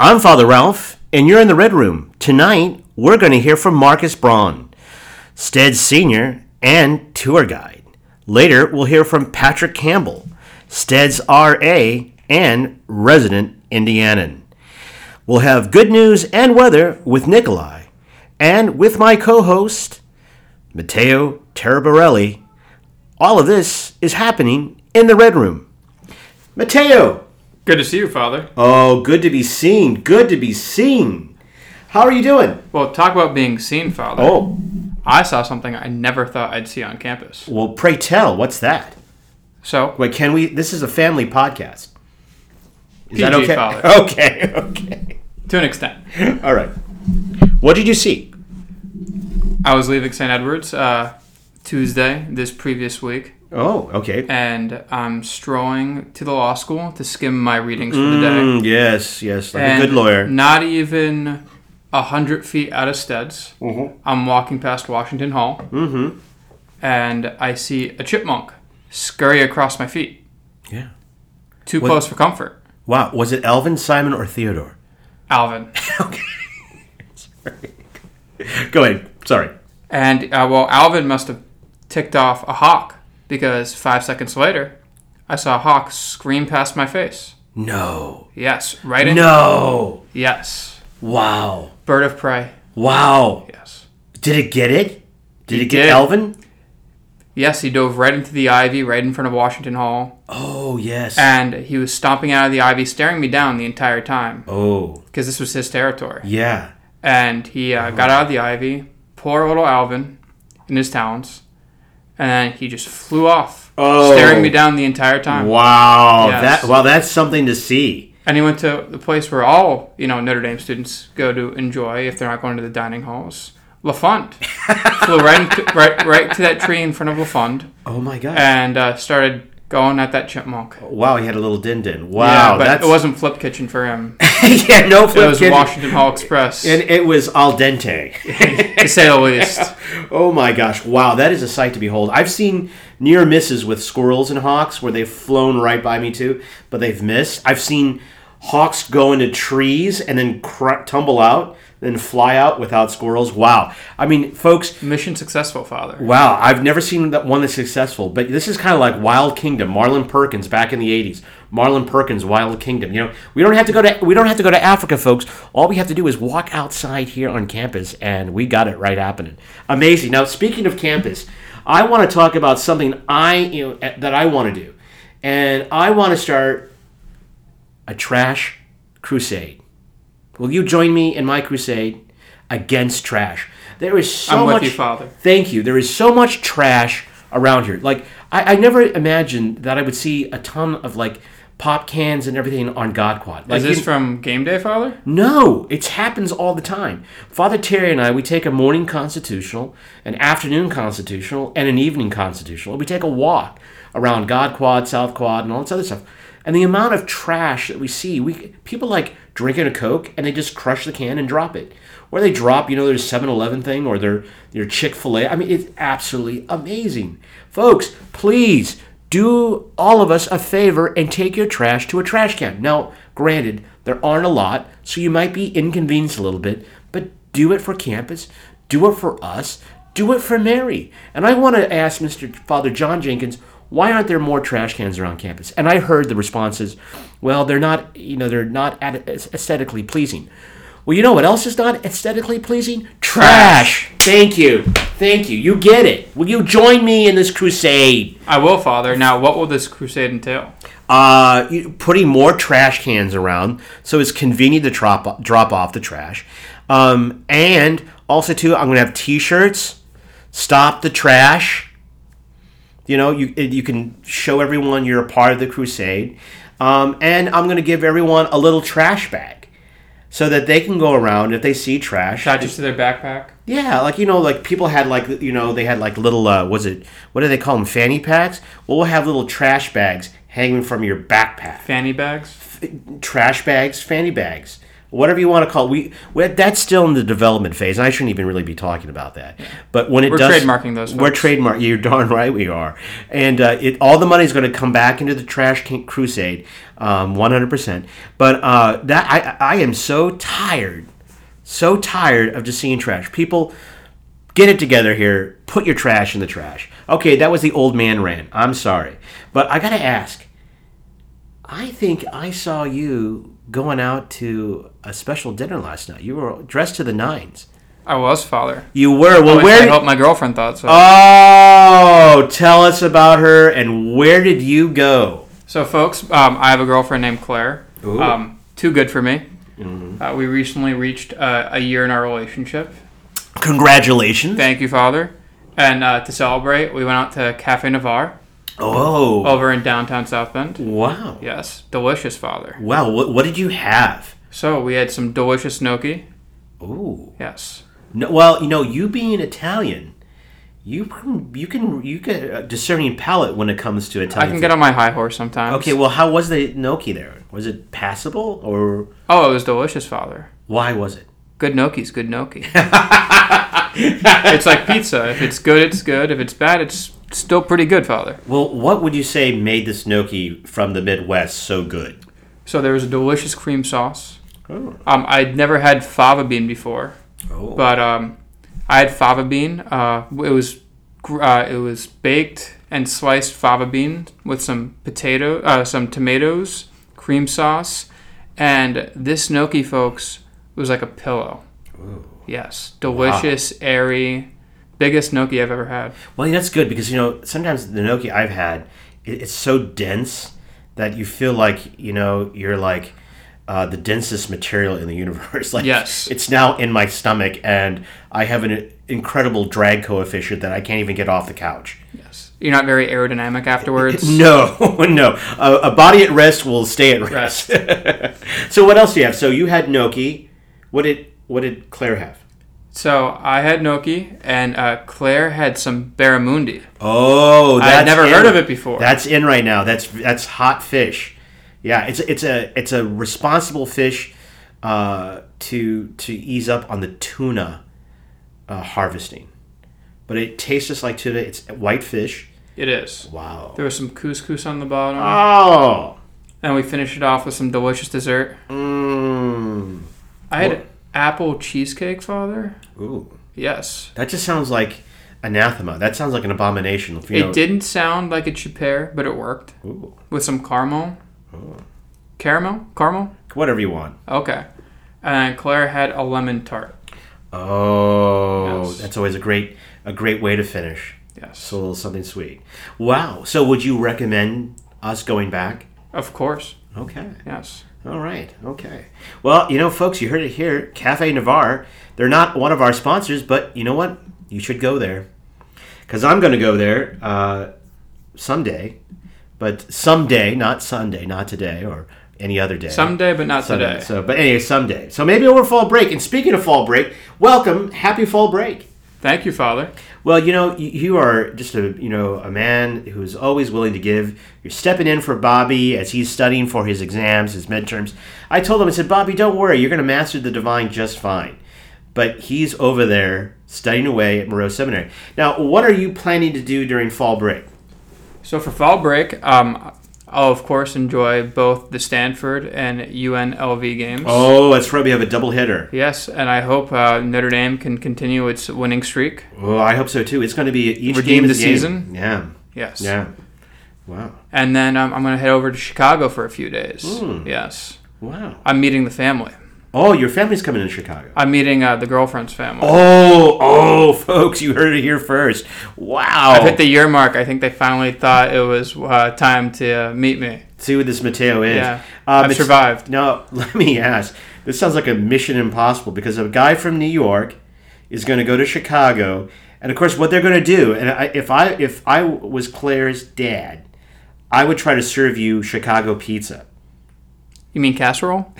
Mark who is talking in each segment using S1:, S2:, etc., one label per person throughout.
S1: I'm Father Ralph, and you're in the Red Room. Tonight, we're going to hear from Marcus Braun, Stead Sr., and tour guide. Later, we'll hear from Patrick Campbell, Stead's RA and resident Indianan. We'll have good news and weather with Nikolai, and with my co host, Matteo Terabarelli. All of this is happening in the Red Room. Matteo!
S2: Good to see you, Father.
S1: Oh, good to be seen. Good to be seen. How are you doing?
S2: Well, talk about being seen, Father.
S1: Oh,
S2: I saw something I never thought I'd see on campus.
S1: well, pray tell, what's that?
S2: So,
S1: Wait, can we? This is a family podcast. Is that
S2: PG,
S1: okay?
S2: Father.
S1: Okay, okay.
S2: to an extent,
S1: All right. What did you see?
S2: I was leaving St. Edward's uh, Tuesday this previous week,
S1: Oh, okay.
S2: and I'm strolling to the law school to skim my readings for the day.
S1: Mm, yes, yes, like
S2: And
S1: a good lawyer.
S2: Not even a hundred feet out of Stead's,
S1: Mm-hmm.
S2: I'm walking past Washington Hall, mm-hmm. and I see a chipmunk scurry across my feet.
S1: Yeah.
S2: Too close for comfort,
S1: Wow, was it Alvin, Simon, or Theodore?
S2: Alvin.
S1: Go ahead. Sorry.
S2: And uh, well, Alvin must have ticked off a hawk because five seconds later, I saw a hawk scream past my face.
S1: No.
S2: Yes, right in.
S1: No.
S2: Yes,
S1: Wow.
S2: bird of prey.
S1: Wow.
S2: Yes.
S1: Did it get it? Did it get
S2: did.
S1: Alvin?
S2: Yes, he dove right into the ivy right in front of Washington Hall,
S1: Oh yes.
S2: and he was stomping out of the ivy, staring me down the entire time
S1: oh
S2: because this was his territory.
S1: yeah.
S2: And he uh, got out of the ivy, poor little Alvin, in his talons, and he just flew off,
S1: Oh.
S2: staring me down the entire time.
S1: Wow.
S2: Yes.
S1: That well, that's something to see.
S2: And he went to the place where all, you know, Notre Dame students go to enjoy if they're not going to the dining halls. Lafond flew right, into, right, right to that tree in front of Lafond
S1: Oh my god.
S2: and uh, started going at that chipmunk.
S1: wow, he had a little din din. Wow,
S2: but
S1: that's
S2: it wasn't Flip Kitchen for him.
S1: yeah, no
S2: It
S1: flip
S2: was
S1: kidding.
S2: Washington Hall Express,
S1: and it was al dente.
S2: to say the least.
S1: oh my gosh, wow, that is a sight to behold. I've seen near misses with squirrels and hawks where they've flown right by me too, but they've missed. I've seen hawks go into trees and then cr- tumble out, then fly out without squirrels. Wow. I mean, folks,
S2: Mission successful, Father.
S1: Wow, I've never seen that one that's successful, but this is kind of like Wild Kingdom, Marlon Perkins back in the '80s. Marlon Perkins, Wild Kingdom. You know, we don't have to go to we don't have to go to Africa, folks. All we have to do is walk outside here on campus, and we got it right happening. Amazing. Now, speaking of campus, I want to talk about something I you know, eh, that I want to do, and I want to start a trash crusade. Will you join me in my crusade against trash? There is so
S2: I'm with
S1: much.
S2: you, Father.
S1: Thank you. There is so much trash around here. Like I, I never imagined that I would see a ton of like pop cans and everything on God Quad. Like,
S2: Is this
S1: you-
S2: from Game Day, Father?
S1: no, it happens all the time. Father Terry and I, we take a morning constitutional, an afternoon constitutional, and an evening constitutional. We take a walk around God Quad, South Quad, and all this other stuff. And the amount of trash that we see, we people like drinking a Coke and they just crush the can and drop it. Or they drop, you know, their 7 Eleven thing or their, their Chick fil A. I mean, it's absolutely amazing. Folks, please do all of us a favor and take your trash to a trash can. Now, granted, there aren't a lot, so you might be inconvenienced a little bit, but do it for campus, do it for us, do it for Mary. And I want to ask Mr. Father John Jenkins, why aren't there more trash cans around campus? And I heard the responses, well, they're not, you know, they're not ad- aesthetically pleasing. Well, you know what else is not aesthetically pleasing? Trash. Thank you. Thank you. You get it. Will you join me in this crusade?
S2: I will, Father. Now, what will this crusade entail?
S1: uh, you- putting more trash cans around so it's convenient to drop drop off the trash. Um, and also too, I'm gonna have T-shirts. Stop the trash. You know, you you can show everyone you're a part of the crusade, um, and I'm gonna give everyone a little trash bag so that they can go around if they see trash.
S2: Tied just to their backpack?
S1: Yeah, like you know, like people had like you know they had like little uh, was it what do they call them fanny packs? Well, we'll have little trash bags hanging from your backpack.
S2: Fanny bags?
S1: Trash bags, fanny bags. whatever you want to call it. We, we that's still in the development phase, and I shouldn't even really be talking about that. But when it
S2: We're
S1: does,
S2: trademarking those,
S1: We're
S2: folks.
S1: trademark. You're darn right we are, and uh, it all the money is going to come back into the trash can- crusade, um, 100%. But uh, that I I am so tired, so tired of just seeing trash. People get it together here. Put your trash in the trash. Okay, that was the old man rant. I'm sorry, but I gotta ask. I think I saw you going out to a special dinner last night. You were dressed to the nines.
S2: I was father.
S1: You were. Well,
S2: Which
S1: where?
S2: I hope my girlfriend thought so.
S1: oh, tell us about her and where did you go?
S2: So, folks, um, I have a girlfriend named Claire.
S1: Ooh. Mm-hmm.
S2: Um, too good for me. Uh, we recently reached uh, a year in our relationship.
S1: Congratulations.
S2: Thank you, Father. And uh, to celebrate, we went out to Cafe Navarre
S1: Oh,
S2: over in downtown South Bend.
S1: wow.
S2: Yes, delicious, Father.
S1: Wow, what, what did you have?
S2: So we had some delicious gnocchi.
S1: Ooh.
S2: Yes.
S1: No, well, you know, you being Italian, you can you can you get a discerning palate when it comes to
S2: I
S1: Italian.
S2: can get on my high horse sometimes.
S1: food. okay, well, how was the gnocchi there? Was it passable or
S2: Oh, it was delicious, Father.
S1: why was it?
S2: Good gnocchi's good gnocchi. it's like pizza. If it's good, it's good. If it's bad, it's still pretty good, Father.
S1: Well, what would you say made this gnocchi from the Midwest so good?
S2: So there was a delicious cream sauce.
S1: Oh.
S2: Um, I'd never had fava bean before,
S1: Oh.
S2: but um, I had fava bean. Uh, it was gr- uh, it was baked and sliced fava bean with some potato, uh, some tomatoes, cream sauce, and this gnocchi, folks, was like a pillow. Yes, delicious, airy, biggest gnocchi I've ever had.
S1: Well, that's good because you know sometimes the gnocchi I've had, it, it's so dense that you feel like you know you're like uh, the densest material in the universe. like
S2: Yes.
S1: it's now in my stomach, and I have an incredible drag coefficient that I can't even get off the couch.
S2: Yes, you're not very aerodynamic afterwards.
S1: No, no, a, a body at rest will stay at rest. so what else do you have? So you had gnocchi. What did what did Claire have?
S2: So I had gnocchi, and uh, Claire had some barramundi.
S1: Oh,
S2: I had
S1: that's
S2: never
S1: in-
S2: heard of it before.
S1: That's in right now. That's that's hot fish. Yeah, it's it's a it's a responsible fish uh, to to ease up on the tuna uh, harvesting, but it tastes just like tuna. It's white fish.
S2: It is.
S1: Wow.
S2: There was some couscous on the bottom,
S1: Oh.
S2: and we finished it off with some delicious dessert.
S1: Mm.
S2: I had apple cheesecake, Father.
S1: Ooh.
S2: Yes.
S1: That just sounds like anathema. That sounds like an abomination. If you
S2: it
S1: know.
S2: didn't sound like it should pair, but it worked
S1: Ooh. Oh.
S2: with some caramel. Caramel? Caramel?
S1: Whatever you want.
S2: Okay. And Claire had a lemon tart.
S1: Oh,
S2: Yes.
S1: that's always a great a great way to finish.
S2: Yes.
S1: So a little something sweet. Wow. So would you recommend us going back?
S2: Of course.
S1: Okay.
S2: Yes.
S1: All right. Okay. Well, you know, folks, you heard it here. Cafe Navarre. They're not one of our sponsors, but you know what? You should go there. Because I'm going to go there uh, someday. But someday, not Sunday, not today or any other day.
S2: Someday, but not
S1: Someday.
S2: today.
S1: So, but anyway, someday. So maybe over fall break. And speaking of fall break, welcome. Happy fall break.
S2: Thank you, Father.
S1: Well, you know, y- you are just a you know a man who's always willing to give. You're stepping in for Bobby as he's studying for his exams, his midterms. I told him, I said, Bobby, don't worry, you're going to master the divine just fine. But he's over there studying away at Moreau Seminary. Now, what are you planning to do during fall break?
S2: So for fall break, um, I'll of course enjoy both the Stanford and UNLV games.
S1: Oh, that's right. We have a double hitter.
S2: Yes, and I hope uh, Notre Dame can continue its winning streak.
S1: Oh, I hope so too. It's going to be each
S2: Redeem
S1: game is
S2: the
S1: a game.
S2: season?
S1: Yeah,
S2: Yes.
S1: yeah. Wow,
S2: And then um, I'm going to head over to Chicago for a few days.
S1: Hmm.
S2: Yes.
S1: wow.
S2: I'm meeting the family.
S1: Oh, your family's coming in Chicago.
S2: I'm meeting uh, the girlfriend's family.
S1: Oh, oh, folks, you heard it here first. Wow.
S2: I've hit the year mark. I think they finally thought it was uh, time to uh, meet me.
S1: See what this Mateo is.
S2: Yeah.
S1: Um,
S2: I've
S1: it's-
S2: survived.
S1: Now, let me ask. This sounds like a mission impossible because a guy from New York is going to go to Chicago, and of course, what they're going to do. And I, if I if I was Claire's dad, I would try to serve you Chicago pizza.
S2: You mean casserole?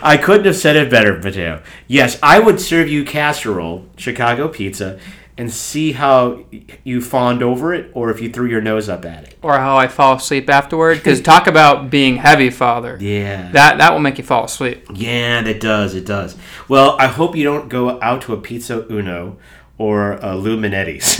S1: I couldn't have said it better, Mateo. Yes, I would serve you casserole, Chicago pizza, and see how you fawned over it or if you threw your nose up at it.
S2: or how I fall asleep afterward. Because talk about being heavy, father.
S1: Yeah.
S2: That that will make you fall asleep.
S1: Yeah, that does. It does. Well, I hope you don't go out to a Pizza Uno or a Luminetti's.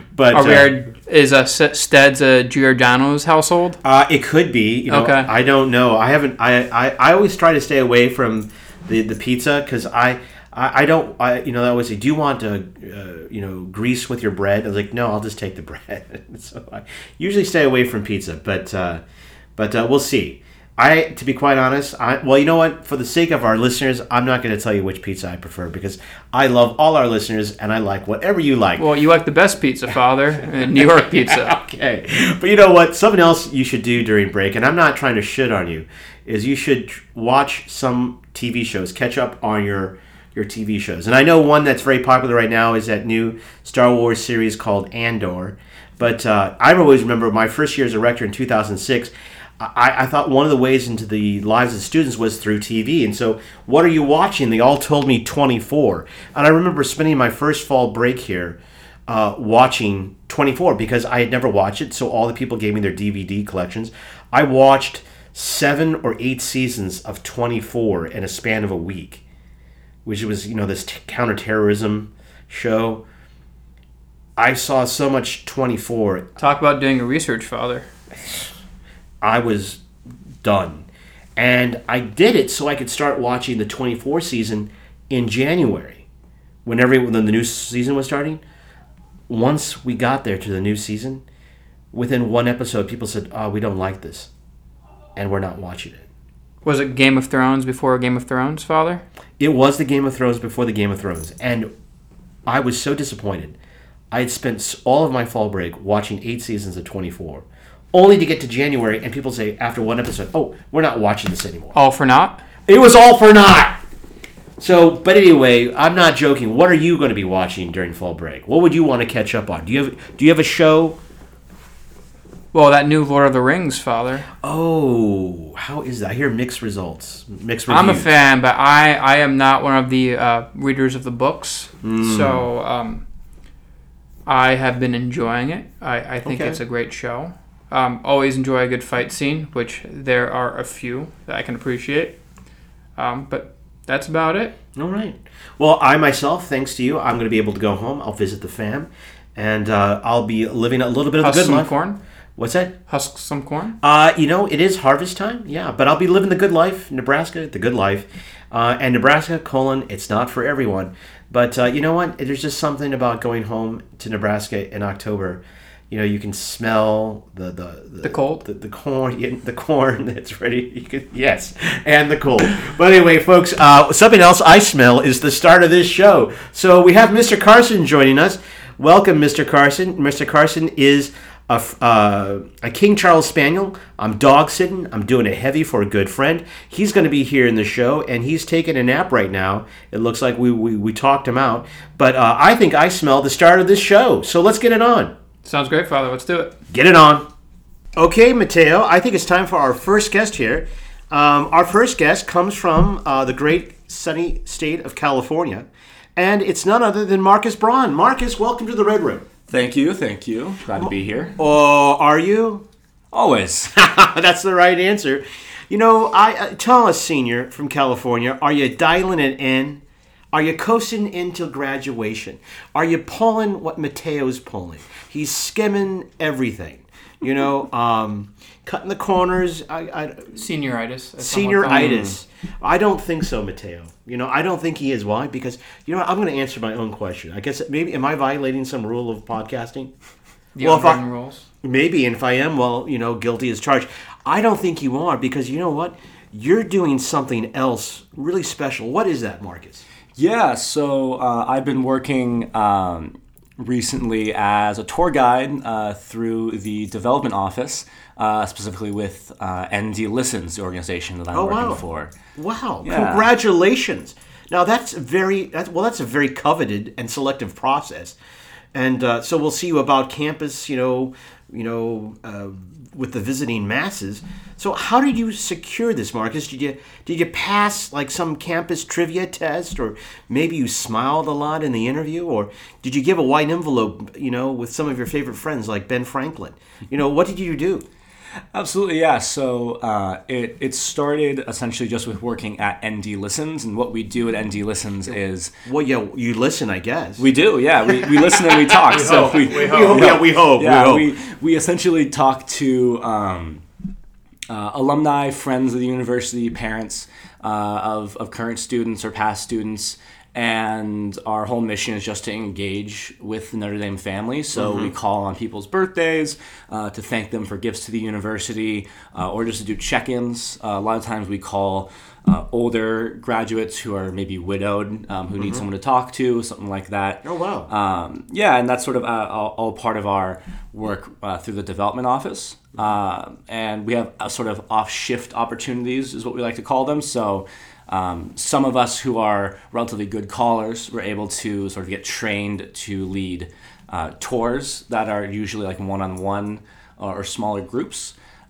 S1: but
S2: Are
S1: uh,
S2: we are, is a S- Stead's a Giordano's household?
S1: Uh, it could be. You know,
S2: Okay.
S1: I don't know. I haven't. I, I, I always try to stay away from the the pizza because I, I I don't. I you know they always say, do you want to uh, you know grease with your bread? I was like, no, I'll just take the bread. so I usually stay away from pizza, but uh, but uh, we'll see. I to be quite honest, I well you know what for the sake of our listeners, I'm not going to tell you which pizza I prefer because I love all our listeners and I like whatever you like.
S2: Well, you like the best pizza, father. uh, New York pizza.
S1: Okay. But you know what? Something else you should do during break, and I'm not trying to shit on you, is you should tr- watch some TV shows, catch up on your your TV shows. And I know one that's very popular right now is that new Star Wars series called Andor. But uh, I always remember my first year as a rector in 2006. I, I thought one of the ways into the lives of students was through TV. And so, what are you watching? They all told me 24. And I remember spending my first fall break here uh, watching 24 because I had never watched it. So all the people gave me their DVD collections. I watched seven or eight seasons of 24 in a span of a week, which was, you know, this t- counterterrorism show. I saw so much 24
S2: Talk about doing your research, father.
S1: I was done. And I did it so I could start watching the 24 season in January, whenever when the new season was starting. Once we got there to the new season, within one episode, people said, "Oh, we don't like this," and we're not watching it.
S2: Was it Game of Thrones before Game of Thrones, father?
S1: It was the Game of Thrones before the Game of Thrones, and I was so disappointed. I had spent s- all of my fall break watching eight seasons of 24, only to get to January and people say after one episode, "Oh, we're not watching this anymore."
S2: All for naught.
S1: It was all for naught. So, but anyway, I'm not joking. What are you going to be watching during fall break? What would you want to catch up on? Do you have Do you have a show?
S2: Well, that new Lord of the Rings, father.
S1: Oh, how is that? I hear mixed results. Mixed reviews.
S2: I'm a fan, but I, I am not one of the uh, readers of the books.
S1: Hmm.
S2: So um, I have been enjoying it. I, I think
S1: Okay.
S2: it's a great show. Um, always enjoy a good fight scene, which there are a few that I can appreciate. Um, but that's about it.
S1: All right. Well, I myself, thanks to you, I'm going to be able to go home. I'll visit the fam, and uh, I'll be living a little bit of
S2: Husk
S1: the good
S2: some
S1: life.
S2: corn.
S1: What's that?
S2: Husk some corn.
S1: Uh, you know, it is harvest time, yeah, but I'll be living the good life, Nebraska, the good life. Uh, and Nebraska, colon, it's not for everyone. But uh, you know what? There's just something about going home to Nebraska in October. You know, you can smell the the,
S2: The cold?
S1: the, the corn, yeah, the corn that's ready. You can, yes, and the cold. But anyway, folks, uh, something else I smell is the start of this show. So we have Mr. Carson joining us. Welcome, Mr. Carson. Mr. Carson is a, f- uh, a King Charles Spaniel. I'm dog sitting. I'm doing a heavy for a good friend. He's going to be here in the show, and he's taking a nap right now. It looks like we, we, we talked him out. But uh, I think I smell the start of this show. So let's get it on.
S2: Sounds great, Father. Let's do it.
S1: Get it on. Okay, Mateo, I think it's time for our first guest here. Um, our first guest comes from uh, the great sunny state of California, and it's none other than Marcus Braun. Marcus, welcome to the Red Room.
S3: Thank you, thank you. Glad to be here.
S1: Oh, are you?
S3: Always.
S1: That's the right answer. You know, I uh, tell us, senior from California, are you dialing it in? Are you coasting into graduation? Are you pulling what Mateo's pulling? He's skimming everything. You know, um, cutting the corners. I, I,
S2: Senioritis. as someone calls it.
S1: senioritis. I don't think so, Mateo. You know, I don't think he is. Why? Because you know, what? I'm going to answer my own question. I guess maybe am I violating some rule of podcasting?
S2: The
S1: Well, if I-
S2: unwritten rules.
S1: Maybe, and if I am, well, you know, guilty as charged. I don't think you are because you know what? You're doing something else really special. What is that, Marcus?
S3: yeah, so uh, I've been working um, recently as a tour guide uh, through the development office, uh, specifically with uh, ND Listens, the organization that I'm working
S1: Oh, wow.
S3: for.
S1: Wow!
S3: Yeah.
S1: Congratulations. Now that's very that's, well. That's a very coveted and selective process, and uh, so we'll see you about campus. You know, you know, uh, with the visiting masses. So how did you secure this, Marcus? Did you did you pass like some campus trivia test, or maybe you smiled a lot in the interview, or did you give a white envelope, you know, with some of your favorite friends like Ben Franklin? You know, what did you do?
S3: Absolutely, yeah. So uh, it, it started essentially just with working at ND Listens, and what we do at ND Listens is
S1: Well, yeah, you listen, I guess.
S3: we do, yeah, we, we listen and we talk. so
S2: hope,
S3: we,
S2: we hope.
S1: yeah, we hope.
S3: yeah,
S1: we hope.
S3: we, we essentially talk to um, uh, alumni, friends of the university, parents uh, of, of current students or past students. And our whole mission is just to engage with the Notre Dame family. So
S1: Mm-hmm.
S3: we call on people's birthdays uh, to thank them for gifts to the university uh, or just to do check ins. Uh, a lot of times we call uh, older graduates who are maybe widowed, um, who need someone to talk to, something like that
S1: Mm-hmm. oh wow.
S3: um, yeah, and that's sort of uh, all, all part of our work uh, through the development office. Um and we have a sort of off shift opportunities, is what we like to call them. So um, some of us who are relatively good callers were able to sort of get trained to lead uh, tours that are usually like one on one or or smaller groups.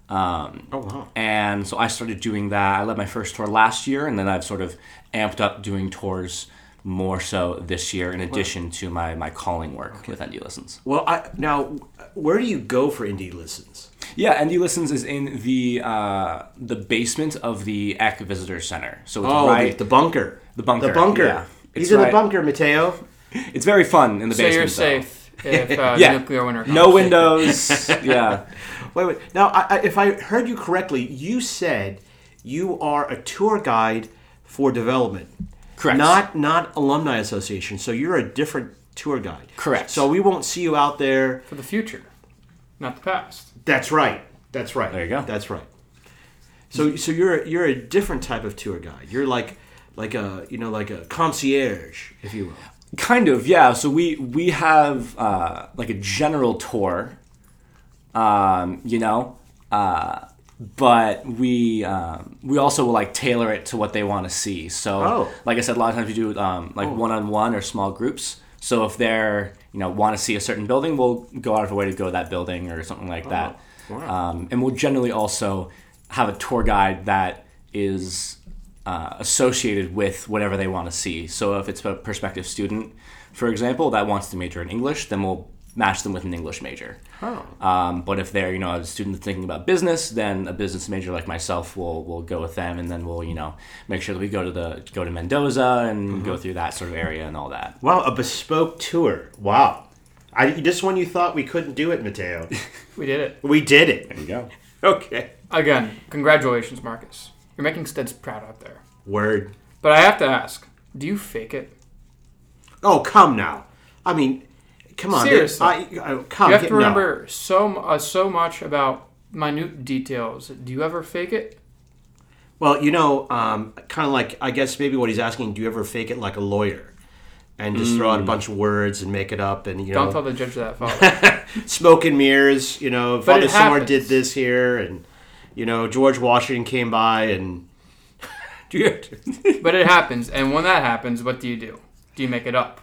S3: Um,
S1: oh wow.
S3: and so I started doing that. I led my first tour last year, and then I've sort of amped up doing tours more so this year, in addition to my, my calling work with ND Listens.
S1: Well, I, now where do you go for indie listens?
S3: Yeah, ND Listens is in the uh, the basement of the Eck Visitor Center. So it's
S1: Oh,
S3: right.
S1: the, the bunker.
S3: The bunker,
S1: The bunker.
S3: yeah.
S1: He's
S3: It's
S1: in the
S3: right-
S1: bunker, Mateo.
S3: it's very fun in the
S2: So
S3: basement.
S2: you're
S3: though.
S2: safe if uh,
S3: Yeah.
S2: nuclear winter.
S3: No
S2: comes.
S3: windows. yeah.
S1: Wait, wait. Now, I, I, if I heard you correctly, you said you are a tour guide for development.
S3: Correct.
S1: Not not alumni association. So you're a different tour guide.
S3: Correct.
S1: So we won't see you out there.
S2: for the future, not the past.
S1: That's right. That's right.
S3: There you go.
S1: That's right. So so you're you're a different type of tour guide. You're like like a you know like a concierge, if you will.
S3: Kind of, yeah. So we we have uh, like a general tour, um, you know, uh, but we um, we also will like tailor it to what they want to see. So,
S1: Oh.
S3: like I said, a lot of times we do um, like one on one or small groups. So if they're you know want to see a certain building, we'll go out of our way to go to that building or something like that.
S1: Oh, Wow.
S3: Um, and we'll generally also have a tour guide that is uh, associated with whatever they want to see. So if it's a prospective student, for example, that wants to major in English, then we'll match them with an English major.
S1: Oh.
S3: Um, but if they're, you know, a student thinking about business, then a business major like myself will will go with them, and then we'll, you know, make sure that we go to the go to Mendoza and go through that sort of area and all that.
S1: Wow, a bespoke tour. Wow. I, this one you thought we couldn't do it, Mateo.
S2: We did it
S1: We did it.
S3: There you go.
S1: Okay.
S2: again. Congratulations, Marcus. You're making Steds proud out there.
S1: Word.
S2: But I have to ask, do you fake it?
S1: Oh, come now. I mean, come on.
S2: Seriously.
S1: I, I, come,
S2: You have
S1: get-
S2: to
S1: no.
S2: remember so mu- uh, so much about minute details. Do you ever fake it?
S1: Well, you know, um, kind of like, I guess maybe what he's asking, do you ever fake it like a lawyer? And just throw out a
S3: Mm.
S1: bunch of words and make it up and, you
S2: Don't
S1: know,
S2: tell the judge that, Father.
S1: smoke and mirrors, you know,
S2: But
S1: Father
S2: it
S1: Somewhere
S2: happens.
S1: did this here and, you know, George Washington came by and. do you, do
S2: but it happens, and when that happens, what do you do? Do you make it up?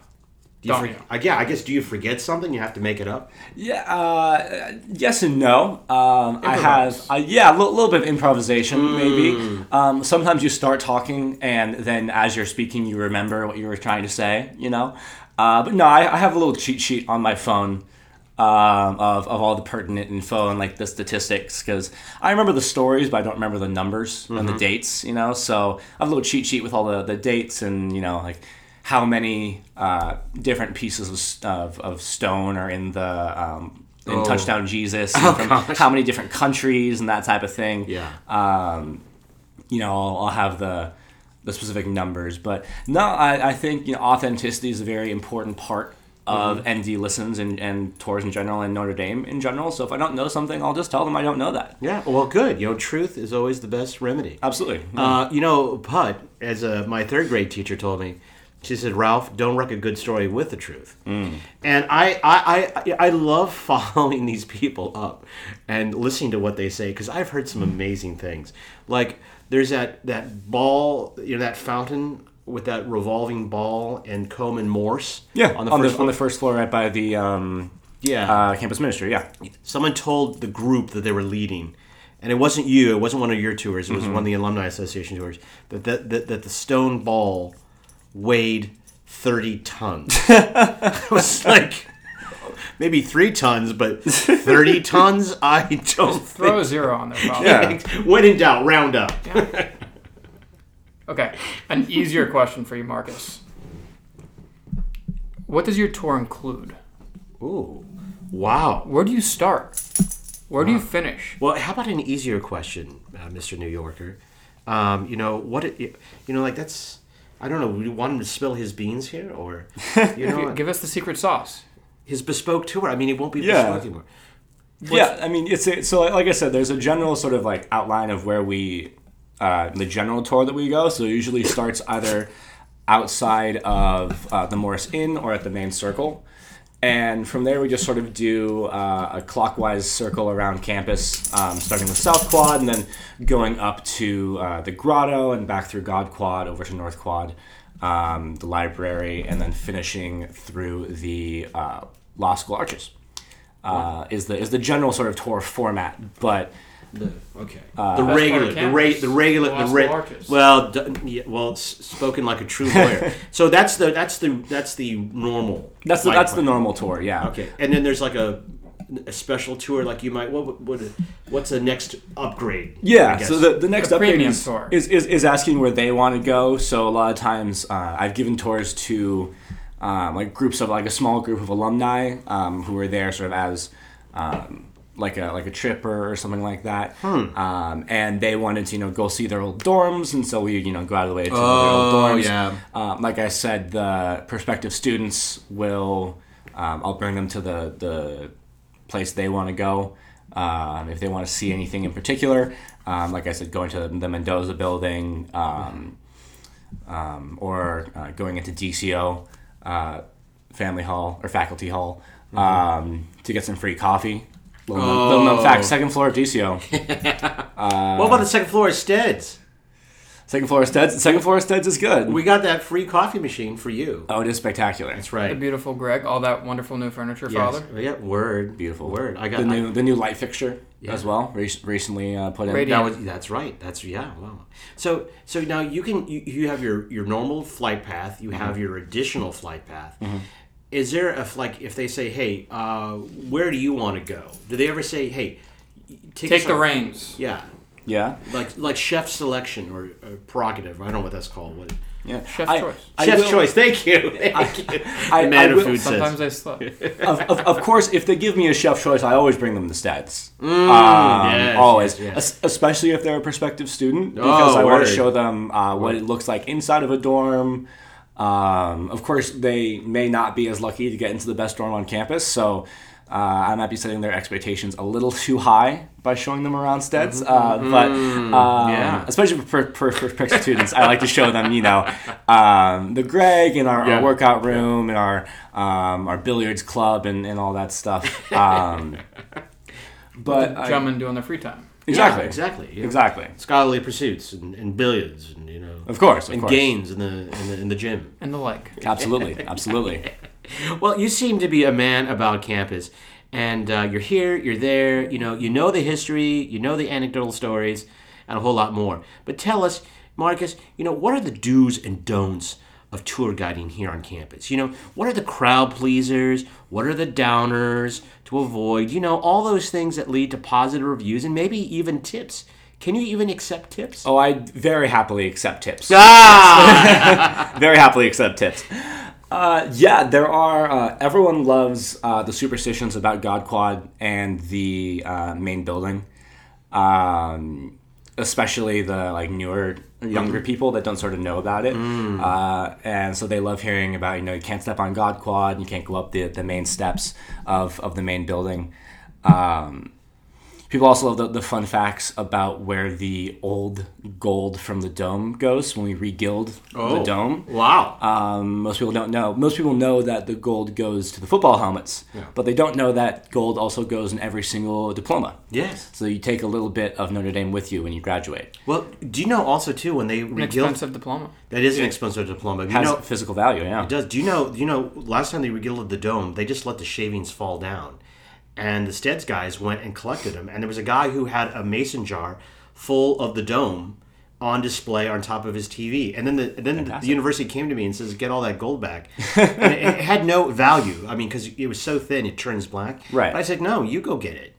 S1: you
S2: Don't
S1: for,
S2: you?
S1: I, yeah, I guess, do you forget something? You have to make it up?
S3: Yeah. Uh, yes and no. Um, I have.
S2: Improvise.
S3: Uh, yeah, a little, little bit of improvisation, maybe. Um, sometimes you start talking, and then as you're speaking, you remember what you were trying to say. You know. Uh, but no, I, I have a little cheat sheet on my phone um, of of all the pertinent info and like the statistics because I remember the stories, but I don't remember the numbers and the dates. You know. So I have a little cheat sheet with all the the dates and you know like how many uh, different pieces of, s- of, of stone are in the um, in
S1: Oh.
S3: touchdown Jesus, and from how many different countries and that type of thing.
S1: Yeah.
S3: Um, you know, I'll, I'll have the the specific numbers, but no, I, I think you know authenticity is a very important part of
S1: Mm-hmm.
S3: ND listens and, and tours in general and Notre Dame in general. So if I don't know something, I'll just tell them I don't know that.
S1: Yeah, well, good. You know, truth is always the best remedy.
S3: Absolutely.
S1: Uh, you know, Put, as uh my third grade teacher told me, she said, Ralph, don't wreck a good story with the truth. And I, I, I, I love following these people up and listening to what they say because I've heard some amazing things. Like, there's that, that ball, you know, that fountain with that revolving ball and Coleman Morse
S3: yeah,
S1: on the first
S3: on the first floor, right by the um,
S1: Yeah.
S3: uh, campus ministry. Yeah,
S1: Someone told the group that they were leading, and it wasn't you. It wasn't one of your tours. It was one of the alumni association tours. That that that, that the stone ball weighed thirty tons. it was like. Maybe three tons, but thirty tons. I don't
S2: Throw a zero on there, probably.
S3: Yeah.
S1: think. When in doubt, round up.
S2: Okay, an easier question for you, Marcus. What does your tour include?
S1: Ooh, wow.
S2: Where do you start? Where do you
S1: Uh,
S2: finish?
S1: Well, how about an easier question, uh, Mr. New Yorker? Um, you know what? It, you know, like that's. I don't know. We want him to spill his beans here, or you know,
S2: Give us the secret sauce.
S1: his bespoke tour. I mean, it won't be
S3: Yeah.
S1: bespoke anymore.
S3: yeah. I mean, it's a, so like, like I said, there's a general sort of like outline of where we, uh, the general tour that we go. So it usually starts either outside of uh, the Morris Inn or at the main circle. And from there, we just sort of do uh, a clockwise circle around campus, um, starting with South Quad and then going up to uh, the Grotto and back through God Quad over to North Quad, um, the library, and then finishing through the uh, Law School Arches uh, is the is the general sort of tour format. But
S1: Okay.
S3: Uh,
S1: the regular, the, ra-
S2: campus.
S1: the regular, the
S2: Lost
S1: regular,
S2: Marcus.
S1: well, d- yeah, well, s- spoken like a true lawyer. so that's the that's the that's the normal.
S3: that's the,
S1: flight
S3: that's the
S1: plan.
S3: normal tour, yeah.
S1: Okay, and then there's like a, a special tour, like you might. What what what's the next upgrade? I
S3: Yeah.
S1: guess?
S3: So the, the next
S2: The
S3: update
S2: premium
S3: is,
S2: tour.
S3: is, is is asking where they want to go. So a lot of times uh, I've given tours to um, like groups of like a small group of alumni um, who are there sort of as um, like a like a tripper or something like that. Um, and they wanted to you know go see their old dorms, and so we you know go out of the way to their
S1: Oh,
S3: old dorms.
S1: yeah.
S3: Um, like I said, the prospective students will. Um, I'll bring them to the the place they want to go. Um, if they want to see anything in particular, um, like I said, going to the Mendoza building um, um, or uh, going into DCO uh, family hall or faculty hall
S2: Mm-hmm.
S3: um, to get some free coffee. Little, known- little known
S2: Oh.
S3: fact: second floor of DCO,
S1: what about the second floor of Steads?
S3: second floor of Steds. Second floor of Steds is good.
S1: We got that free coffee machine for you.
S3: oh, it is spectacular.
S1: That's
S2: The
S1: right.
S2: beautiful Greg, all that wonderful new furniture,
S1: Yes.
S2: Father.
S1: Yeah, word.
S3: Beautiful.
S1: Word. I got
S3: The
S1: I-
S3: new the new light fixture as well, rec recently uh, put in.
S2: Radiant.
S1: that was that's right. That's yeah. Wow. So so now you can you, you have your your normal flight path. You have
S3: Mm-hmm.
S1: your additional flight path. Is there a like if they say hey uh, where do you want to go? Do they ever say hey y-
S2: Take
S1: us
S2: the
S1: on-"
S2: reins.
S1: Yeah.
S3: Yeah,
S1: Like like chef selection or, or prerogative. I don't know what that's called. What,
S3: yeah.
S2: Chef's
S3: I-
S2: choice.
S3: I
S1: chef's
S3: will-
S1: choice. Thank you. Thank you.
S3: I-
S1: the man
S3: I
S1: of
S3: will-
S1: food says.
S2: Sometimes I slip.
S3: of, of, of course, if they give me a chef choice, I always bring them the stats. um,
S1: Mm, yes,
S3: always,
S1: yes, yes.
S3: Es- especially if they're a prospective student, because
S1: Oh,
S3: I want
S1: word.
S3: to show them uh, what it looks like inside of a dorm. Um, of course, they may not be as lucky to get into the best dorm on campus, so uh, I might be setting their expectations a little too high by showing them around Steds. Uh, but um,
S1: Mm-hmm, yeah.
S3: especially for, for, for prospective students, I like to show them, you know, um, the Greg and our,
S1: Yeah.
S3: our workout room and our um, our billiards club and, and all that stuff. Um, but I-
S2: Gentlemen doing their free time.
S3: exactly,
S1: Yeah, exactly. yeah.
S3: exactly.
S1: Scholarly pursuits and, and billiards and you know
S3: Of course, of
S1: and
S3: course.
S1: gains in the, in the in the gym.
S2: And the like.
S3: Absolutely, absolutely.
S1: Well, you seem to be a man about campus, and uh, you're here, you're there. You know, you know the history, you know the anecdotal stories, and a whole lot more. But tell us, Marcus, you know what are the do's and don'ts of tour guiding here on campus? You know, what are the crowd pleasers? What are the downers to avoid? You know, all those things that lead to positive reviews and maybe even tips. Can you even accept tips?
S3: Oh, I very happily accept tips.
S1: Ah!
S3: very happily accept tips. Uh, yeah, there are. Uh, everyone loves uh, the superstitions about God Quad and the uh, main building, um, especially the like newer, younger people that don't sort of know about it, uh, and so they love hearing about you know you can't step on God Quad, you can't go up the the main steps of of the main building. Um, People also love the, the fun facts about where the old gold from the dome goes when we regild the dome.
S4: Wow.
S3: Um, most people don't know. Most people know that the gold goes to the football helmets, but they don't know that gold also goes in every single diploma.
S1: Yes.
S3: So you take a little bit of Notre Dame with you when you graduate.
S1: Well, do you know also too when they
S2: An
S1: regild
S2: expensive diploma.
S1: that is an expensive diploma. You
S3: Has
S1: know,
S3: physical value, yeah.
S1: It does. Do you know? Do you know? Last time they regilded the dome, they just let the shavings fall down, and the Steds guys went and collected them. And there was a guy who had a mason jar full of the dome on display on top of his TV. And then the and then the
S3: Fantastic.
S1: university came to me and says, "Get all that gold back." and it, it had no value. I mean, because it was so thin, it turns black.
S3: Right.
S1: But I said, "No, you go get it."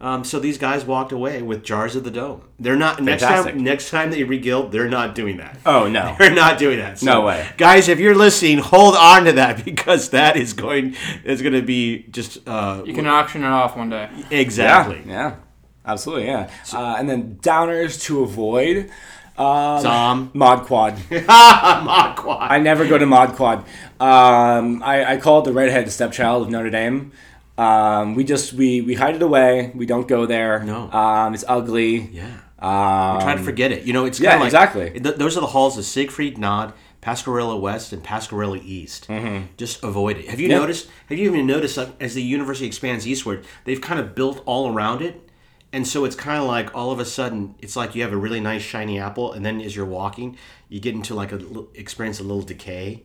S1: Um, so these guys walked away with jars of the dome. They're not next
S3: Fantastic.
S1: time. Next time they regild, they're not doing that.
S3: Oh, no.
S1: They're not doing that. So,
S3: No way.
S1: guys. If you're listening, hold on to that because that is going is going to be just uh,
S2: You can auction it off one day.
S1: exactly.
S3: Yeah, yeah. Absolutely, yeah. uh, and then downers to avoid. Um,
S1: Dom.
S3: Mod Quad.
S1: Mod quad.
S3: I never go to Mod Quad. Um, I, I call it the redhead stepchild of Notre Dame. Um, we just we we hide it away. We don't go there.
S1: No.
S3: um, it's ugly.
S1: yeah.
S3: Um,
S1: Try to forget it. You know, it's
S3: yeah,
S1: kinda like,
S3: exactly.
S1: Th- those are the halls of Siegfried Nod, Pascarella West, and Pascarella East. Just avoid it. Have you
S3: Mm-hmm. Yeah.
S1: noticed? Have you even noticed that as the university expands eastward, they've kind of built all around it, and so it's kind of like all of a sudden, it's like you have a really nice shiny apple, and then as you're walking, you get into like a l- experience a little decay,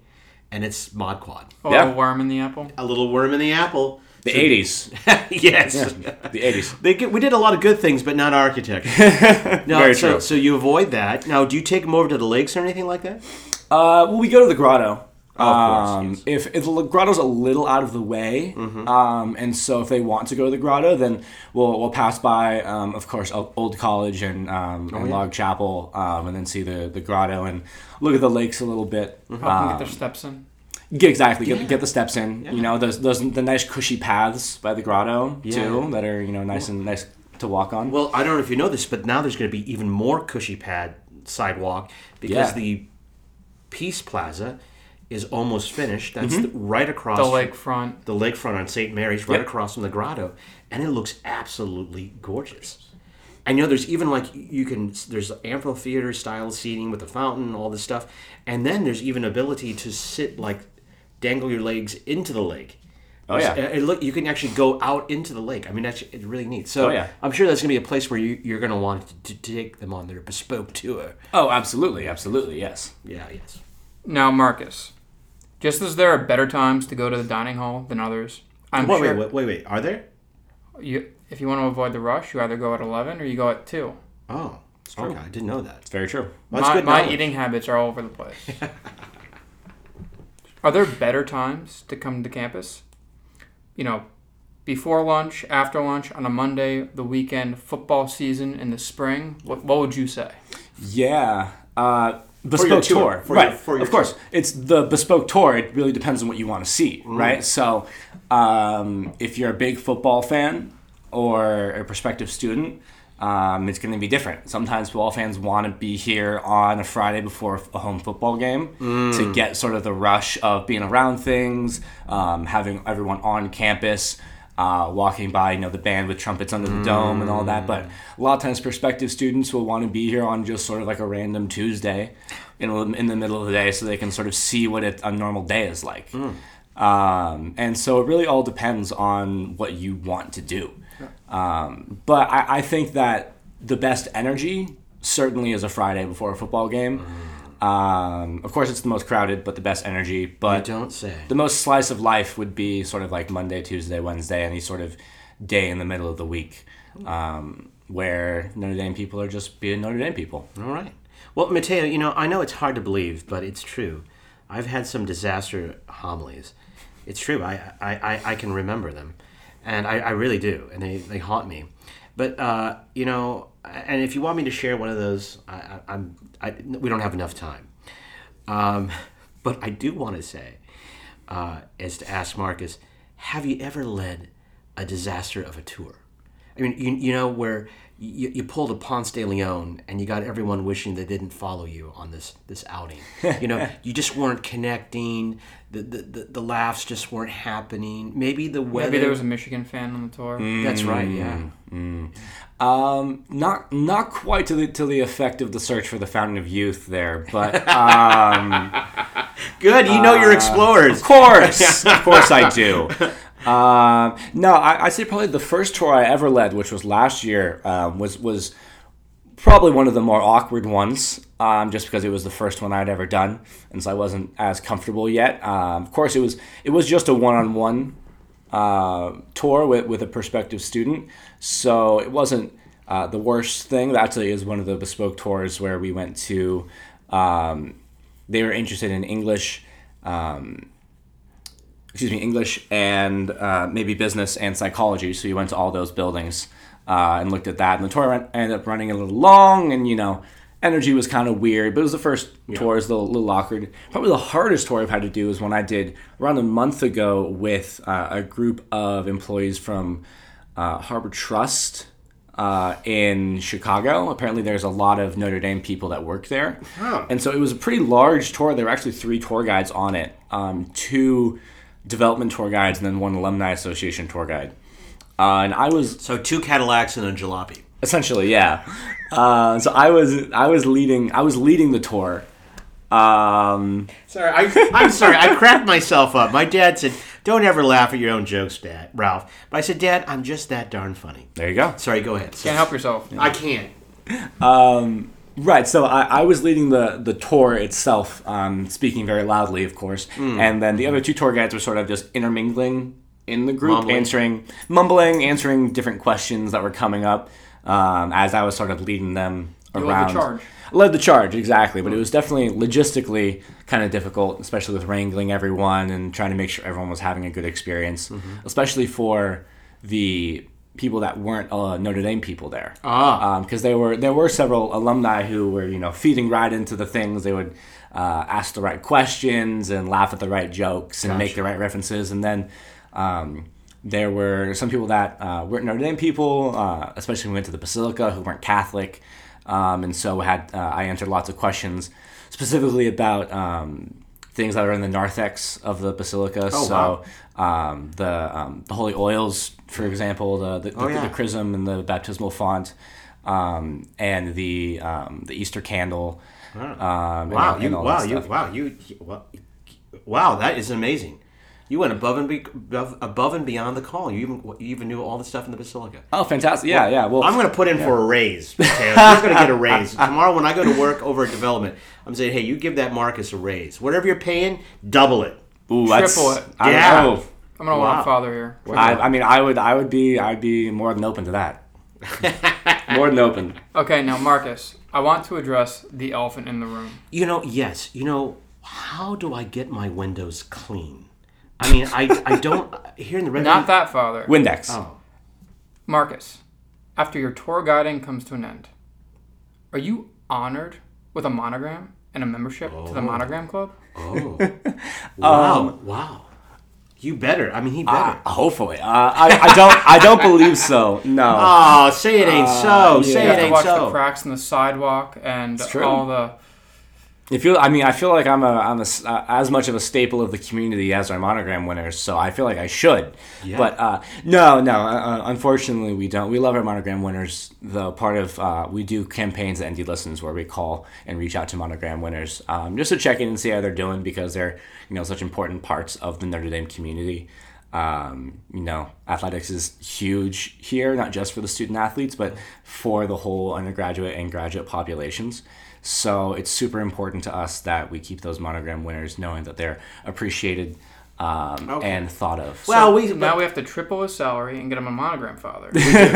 S1: and it's mod quad,
S2: Oh,
S3: Yeah.
S2: a worm in the apple.
S1: a little worm in the apple.
S3: the eighties.
S1: yes.
S3: the eighties.
S1: They get, we did a lot of good things, but not architecture. No,
S3: Very
S1: so,
S3: true.
S1: So you avoid that. Now, do you take them over to the lakes or anything like that?
S3: Uh, well, we go to the grotto.
S1: of course, Mm-hmm.
S3: Um, If, if the grotto's a little out of the way, um, and so if they want to go to the grotto, then we'll, we'll pass by, um, of course, Old Old College and,
S1: Oh,
S3: um, and Log Chapel, um, and then see the, the grotto and look at the lakes a little bit.
S1: Mm-hmm.
S2: Help them
S3: Um,
S2: get their steps in.
S3: Get exactly get, get the steps in. You know those those the nice cushy paths by the grotto too that are you know nice and nice to walk on.
S1: Well, I don't know if you know this, but now there's going to be even more cushy pad sidewalk because
S3: Yeah.
S1: the Peace Plaza is almost finished. That's
S3: Mm-hmm.
S1: the- right across
S2: The
S1: from-
S2: lakefront.
S1: the lakefront on St. Mary's, right
S3: Yep.
S1: across from the grotto, and it looks absolutely gorgeous. And you know, there's even like you can there's amphitheater style seating with a fountain, all this stuff, and then there's even ability to sit like dangle your legs into the lake.
S3: Oh, yeah.
S1: And- and look, you can actually go out into the lake. I mean, that's it's really neat. So
S3: Oh, yeah.
S1: I'm sure that's gonna be a place where you, you're gonna want to, to take them on their bespoke tour.
S3: oh, absolutely, absolutely, yes.
S1: Yeah, yes.
S2: Now, Marcus, just as there are better times to go to the dining hall than others, I'm
S1: Wait,
S2: sure
S1: wait, wait, wait, wait. Are there?
S2: You, if you want to avoid the rush, you either go at 11 or you go at 2.
S1: Oh, okay. I didn't know that.
S3: It's very true.
S1: Well, that's
S2: my
S1: good
S2: my
S1: knowledge.
S2: eating habits are all over the place. are there better times to come to campus? You know, before lunch, after lunch, on a Monday, the weekend, football season in the spring? What, what would you say?
S3: Yeah. Uh, bespoke
S1: your tour.
S3: tour,
S1: For your-
S3: right?
S1: for your
S3: of course, it's the bespoke tour. It really depends on what you want to see,
S1: Mm.
S3: right? So, um, if you're a big football fan or a prospective student, um, it's going to be different. Sometimes football fans want to be here on a Friday before a home football game
S1: Mm.
S3: to get sort of the rush of being around things, um, having everyone on campus uh, walking by, you know, the band with trumpets under the dome and all that. But a lot of times, prospective students will want to be here on just sort of like a random Tuesday, in, in the middle of the day, so they can sort of see what it, a normal day is like. Um, and so it really all depends on what you want to do. Um, but I, I think that the best energy certainly is a Friday before a football game. Um, of course, it's the most crowded, but the best energy. But
S1: Don't say.
S3: the most slice of life would be sort of like Monday, Tuesday, Wednesday, any sort of day in the middle of the week um, where Notre Dame people are just being Notre Dame people.
S1: All right. Well, Mateo, you know, I know it's hard to believe, but it's true. I've had some disaster homilies. It's true. I, I, I, I can remember them. And I, I really do. And they, they haunt me. But, uh, you know, and if you want me to share one of those, I, I, I'm, I, we don't have enough time. Um, but I do want to say, uh, is to ask Marcus, have you ever led a disaster of a tour? I mean, you, you know, where you, you pulled a Ponce de Leon and you got everyone wishing they didn't follow you on this this outing. You know, you just weren't connecting. The, the, the, the laughs just weren't happening. Maybe Mm. the weather.
S2: Maybe there was a Michigan fan on the tour.
S1: That's right. Yeah.
S3: Um, not not quite to the to the effect of the search for the fountain of youth there, but um,
S1: Good. You know your explorers.
S3: of course, of course I do. Um, no, I, I'd say probably the first tour I ever led, which was last year, um, was was probably one of the more awkward ones, um, just because it was the first one I'd ever done, and so I wasn't as comfortable yet. Um, of course, it was it was just a one-on-one uh, tour with, with a prospective student, so it wasn't uh, the worst thing. That actually is one of the bespoke tours where we went to. Um, they were interested in English. Um, excuse me, English and uh, maybe business and psychology. So you went to all those buildings uh, and looked at that. And the tour ran- ended up running a little long, and you know, energy was kind of weird. But it was the first tour, it was a little, little awkward. Probably the hardest tour I've had to do is one I did around a month ago with uh, a group of employees from uh, Harbor Trust. Uh, in Chicago, apparently there's a lot of Notre Dame people that work there, and so it was a pretty large tour. There were actually three tour guides on it, um, two development tour guides and then one alumni association tour guide. Uh, and I was
S1: So two Cadillacs and a jalopy.
S3: essentially, yeah. Uh, so I was I was leading I was leading the tour. Um,
S1: Sorry, I, I'm sorry. I cracked myself up. My dad said, "Don't ever laugh at your own jokes, Dad, Ralph." But I said, "Dad, I'm just that darn funny."
S3: there you go.
S1: Sorry, go ahead.
S2: Can't help yourself.
S1: I can't.
S3: Right, so I, I was leading the, the tour itself, um, speaking very loudly, of course,
S2: Hmm.
S3: and then the other two tour guides were sort of just intermingling in the group,
S1: Mumbling.
S3: answering, mumbling, answering different questions that were coming up um, as I was sort of leading them
S2: led the
S3: around.
S2: charge. Hmm.
S3: Led the charge, exactly, but it was definitely logistically kind of difficult, especially with wrangling everyone and trying to make sure everyone was having a good experience,
S2: Mm-hmm.
S3: especially for the people that weren't uh, Notre Dame people there
S1: Ah,
S3: because Um, there were there were several alumni who were you know feeding right into the things. They would uh, ask the right questions and laugh at the right jokes and make the right references. And then um, there were some people that uh, weren't Notre Dame people, uh, especially when we went to the Basilica, who weren't Catholic, um, and so had uh, I answered lots of questions specifically about. Um, Things that are in the narthex of the basilica, so um, the um, the holy oils, for example, the the, the,
S1: Mm. Oh, yeah.
S3: the chrism and the baptismal font, um, and the um, the Easter candle. Um,
S1: Oh. wow,
S3: and,
S1: you,
S3: and all
S1: wow,
S3: that
S1: you,
S3: stuff.
S1: wow, you, wow, wow, that is amazing. You went above and be, above, above and beyond the call. You even you even knew all the stuff in the basilica.
S3: Oh, fantastic! Yeah, yeah. Well,
S1: I'm going to put in for a raise. Mateo. I'm going to get a raise tomorrow when I go to work over at development. I'm saying, hey, you give that Marcus a raise. Whatever you're paying, double it.
S3: ooh,
S2: triple it.
S3: I, don't
S1: Yeah.
S3: know.
S2: I'm gonna wow.
S1: Wow.
S2: father here.
S3: I, I mean, I would, I would be, I'd be more than open to that. more than open.
S2: Okay, now Marcus, I want to address the elephant in the room.
S1: You know, yes. You know, how do I get my windows clean? I mean, I, I don't here in the red.
S2: Not that father.
S3: Windex.
S1: Oh.
S2: Marcus, after your tour guiding comes to an end, are you honored with a monogram and a membership to
S1: Oh.
S2: the monogram club?
S1: Wow, wow. You better. I mean, he better.
S3: Hopefully, uh, I, I don't, I don't believe so. No.
S1: Oh, say it ain't so. Say
S2: You
S1: it
S2: have to
S1: ain't
S2: watch
S1: so.
S2: the cracks in the sidewalk and
S3: true.
S2: all the.
S3: If you, I mean, I feel like I'm a, I'm a, s- uh, as much of a staple of the community as our monogram winners, so I feel like I should. But uh, no, no, uh, uh, unfortunately, we don't. We love our monogram winners, though. Part of uh, we do campaigns at ND Listens where we call and reach out to monogram winners um, just to check in and see how they're doing because they're, you know, such important parts of the Notre Dame community. Um, you know, athletics is huge here, not just for the student athletes, but for the whole undergraduate and graduate populations. So it's super important to us that we keep those monogram winners knowing that they're appreciated um, and thought of.
S1: Well, we
S2: Now we have to triple his salary and get him a monogram father.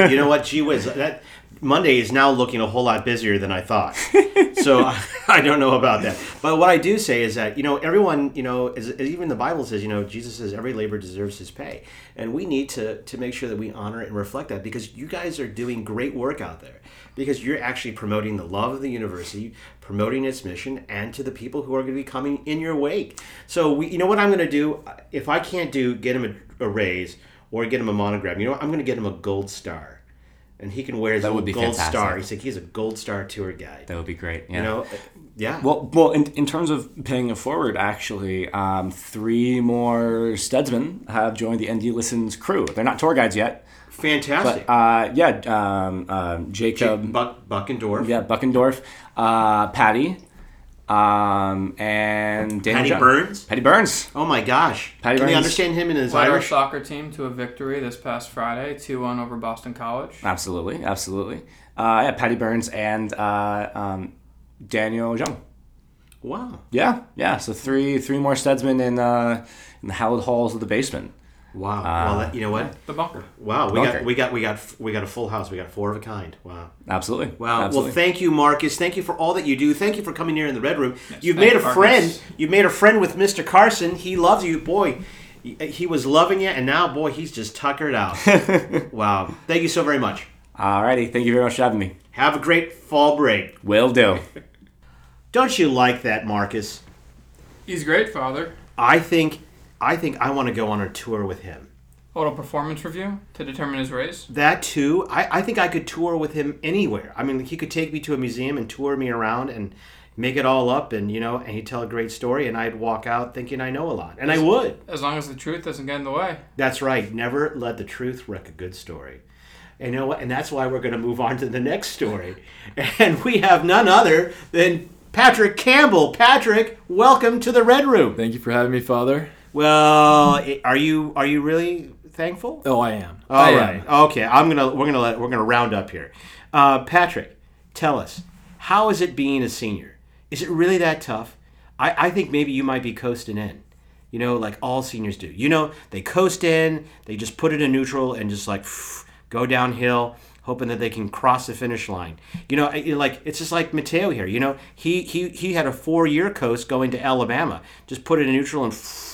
S1: you know what? Gee whiz, that Monday is now looking a whole lot busier than I thought. So I, I don't know about that. But what I do say is that you know everyone, you know, is, is even the Bible says, you know, Jesus says every labor deserves his pay, and we need to to make sure that we honor and reflect that because you guys are doing great work out there because you're actually promoting the love of the university, promoting its mission, and to the people who are going to be coming in your wake. So we, you know, what I'm going to do if I can't do get him a, a raise or get him a monogram, you know, what? I'm going to get him a gold star and he can wear his
S3: That
S1: little
S3: would be
S1: gold
S3: fantastic.
S1: star. He's like he's a gold star tour guide.
S3: That would be great. Yeah.
S1: You know, Uh, yeah.
S3: Well, well, in, in terms of paying it forward, actually, um, three more Steadsmen have joined the ND Listens crew. They're not tour guides yet,
S1: fantastic.
S3: but uh, yeah, um, um, Jacob,
S1: Buck Buckendorf,
S3: yeah, Buckendorf, uh, Patty, um, and Daniel
S1: Patty
S3: John-
S1: Burns?
S3: Patty Burns.
S1: Oh my gosh!
S3: Patty
S1: Can you
S3: Burns.
S1: understand him in his
S2: Led our
S1: Irish?
S2: soccer team to a victory this past Friday, 2 1 over Boston College.
S3: Absolutely, absolutely. Uh, yeah, Patty Burns and uh, um, Daniel Jung.
S1: Wow!
S3: Yeah, yeah. So three, three more Steadsmen in uh, in the hallowed halls of the basement.
S1: Wow! well, that, you know what?
S2: The bunker.
S1: Wow! We
S3: Ah. bunker.
S1: got we got we got we got a full house. We got four of a kind. Wow!
S3: Absolutely.
S1: Wow.
S3: Absolutely.
S1: Well, thank you, Marcus. Thank you for all that you do. Thank you for coming here in the Red Room. You've made
S2: thank
S1: a
S2: you, Marcus.
S1: friend. You've made a friend with Mr. Carson. He loves you, boy. He- He was loving you, and now, boy, he's just tuckered out. wow. Thank you so very much.
S3: Alrighty, thank you very much for having me.
S1: Have a great fall break.
S3: Will do.
S1: Don't you like that, Marcus?
S2: He's great, Father.
S1: I think, I think I want to go on a tour with him.
S2: A little performance review to determine his race.
S1: That too. I, I think I could tour with him anywhere. I mean, he could take me to a museum and tour me around and make it all up, and you know, and he'd tell a great story, and I'd walk out thinking I know a lot, and I would.
S2: As long as the truth doesn't get in the way.
S1: That's right. Never let the truth wreck a good story. And you know what? And that's why we're going to move on to the next story. And we have none other than Patrick Campbell. Patrick, welcome to the Red Room.
S5: Thank you for having me, Father.
S1: Well, i- are you are you really thankful?
S5: Oh, I am. I
S1: All
S5: am.
S1: right. Okay. I'm gonna we're gonna let, we're gonna round up here. Uh, Patrick, tell us how is it being a senior? Is it really that tough? I, I think maybe you might be coasting in. You know, like all seniors do. You know, they coast in, they just put it in neutral and just like pff, go downhill, hoping that they can cross the finish line. You know, I- you know, like it's just like Mateo here. You know, he he he had a four year coast going to Alabama, just put it in neutral and. pff,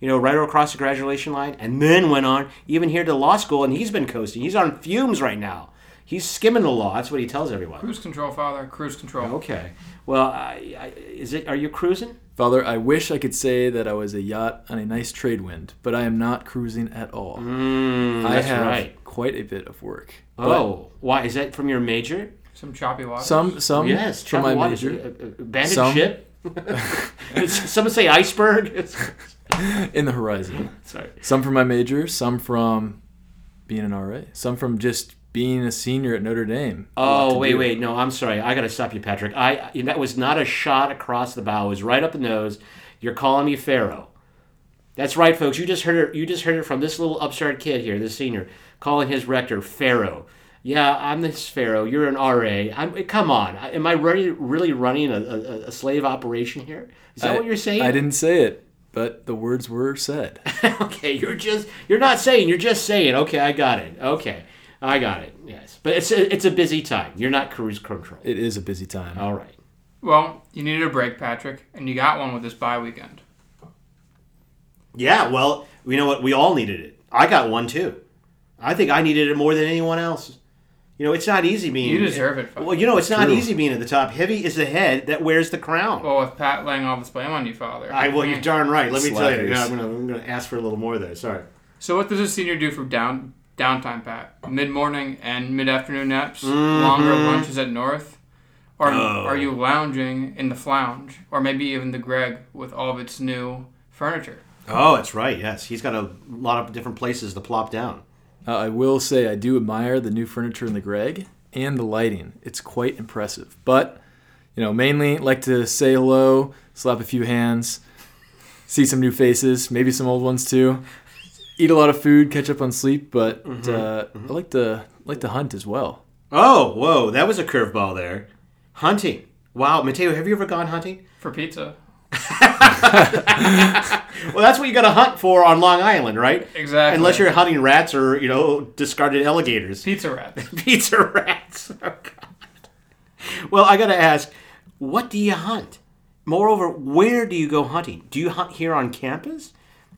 S1: you know, right across the graduation line, and then went on even here to law school, and he's been coasting. He's on fumes right now. He's skimming the law. That's what he tells everyone.
S2: Cruise control, Father. Cruise control.
S1: Okay. Well, I, I, is it? Are you cruising?
S5: Father, I wish I could say that I was a yacht on a nice trade wind, but I am not cruising at all. I
S1: Hmm, that's
S5: have
S1: right.
S5: quite a bit of work. But
S1: Oh, why is that from your major?
S2: Some choppy water.
S5: some some
S1: Yes,
S5: Um, from my
S1: Chapel Waters,
S5: major
S1: uh, uh, Bandit
S5: Some.
S1: ship. Some say iceberg. It's-
S5: in the horizon.
S1: Sorry.
S5: Some from my major, some from being an RA, some from just being a senior at Notre Dame. A lot
S1: Oh
S5: to
S1: wait,
S5: do.
S1: wait, no, I'm sorry. I gotta stop you, Patrick. I I- that was not a shot across the bow. It was right up the nose. You're calling me Pharaoh. That's right, folks. You just heard it. You just heard it from this little upstart kid here, this senior, calling his rector Pharaoh. Yeah, I'm this Pharaoh. You're an RA. I'm, come on. I- Am I really, really running a, a, a slave operation here? Is that
S5: I-
S1: what you're saying?
S5: I didn't say it, but the words were said.
S1: okay, you're just you're not saying. You're just saying. Okay, I got it. Okay, I got it. Yes, but it's a, it's a busy time. You're not cruise control.
S5: it is a busy time.
S1: All right.
S2: Well, you needed a break, Patrick, and you got one with this bye weekend.
S1: Yeah, well, you know what? We all needed it. I got one too. I think I needed it more than anyone else. You know, it's not easy being.
S2: You deserve it, Father.
S1: Well, you know, it's not easy being at the top. Heavy is the head that wears the crown.
S2: Well, with Pat laying all this blame on you, Father.
S1: I well, you're darn right. Let me tell you.
S5: Slackers.
S1: Yeah, I'm gonna, I'm gonna ask for a little more there. Sorry.
S2: So what does a senior do for down downtime, Pat? Mid morning and mid afternoon naps,
S1: Mm-hmm.
S2: longer lunches at North, or
S1: Oh.
S2: are you lounging in the flounge, or maybe even the Greg with all of its new furniture?
S1: Oh, that's right. Yes, he's got a lot of different places to plop down.
S5: Uh, I will say I do admire the new furniture in the Greg and the lighting. It's quite impressive. But, you know, mainly like to say hello, slap a few hands, see some new faces, maybe some old ones too. Eat a lot of food, catch up on sleep, but uh, I like to like to hunt as well.
S1: Oh, whoa, that was a curveball there. Hunting. Wow, Mateo, have you ever gone hunting?
S2: For pizza.
S1: Well, that's what you got to hunt for on Long Island, right?
S2: Exactly.
S1: Unless you're hunting rats or you know discarded alligators.
S2: Pizza rat.
S1: pizza rats. Oh God. Well, I gotta ask, what do you hunt? Moreover, where do you go hunting? Do you hunt here on campus?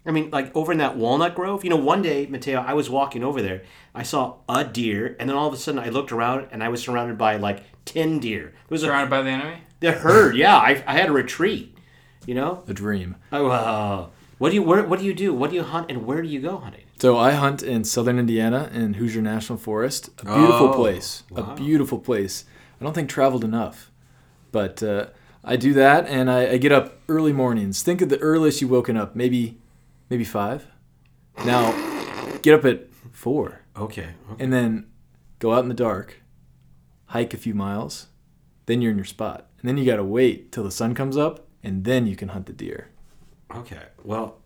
S1: I mean, like over in that walnut grove? You know, one day, Mateo, I was walking over there. I saw a deer, and then all of a sudden I looked around and I was surrounded by like 10 deer. It was a,
S2: Surrounded by the enemy.
S1: the herd, yeah. I, I had a retreat, you know? uh,
S5: A dream.
S1: Oh, wow. what, do you, where, what do you do? What do you hunt, and where do you go hunting?
S5: So I hunt in southern Indiana in Hoosier National Forest. A beautiful
S3: Oh,
S5: place. A beautiful place. I don't think traveled enough, but uh, I do that, and I, I get up early mornings. Think of the earliest you've woken up, maybe, maybe five. Now, get up at four,
S1: Okay. okay.
S5: and then go out in the dark, hike a few miles, then you're in your spot, and then you gotta wait till the sun comes up, and then you can hunt the deer.
S1: Okay. Well,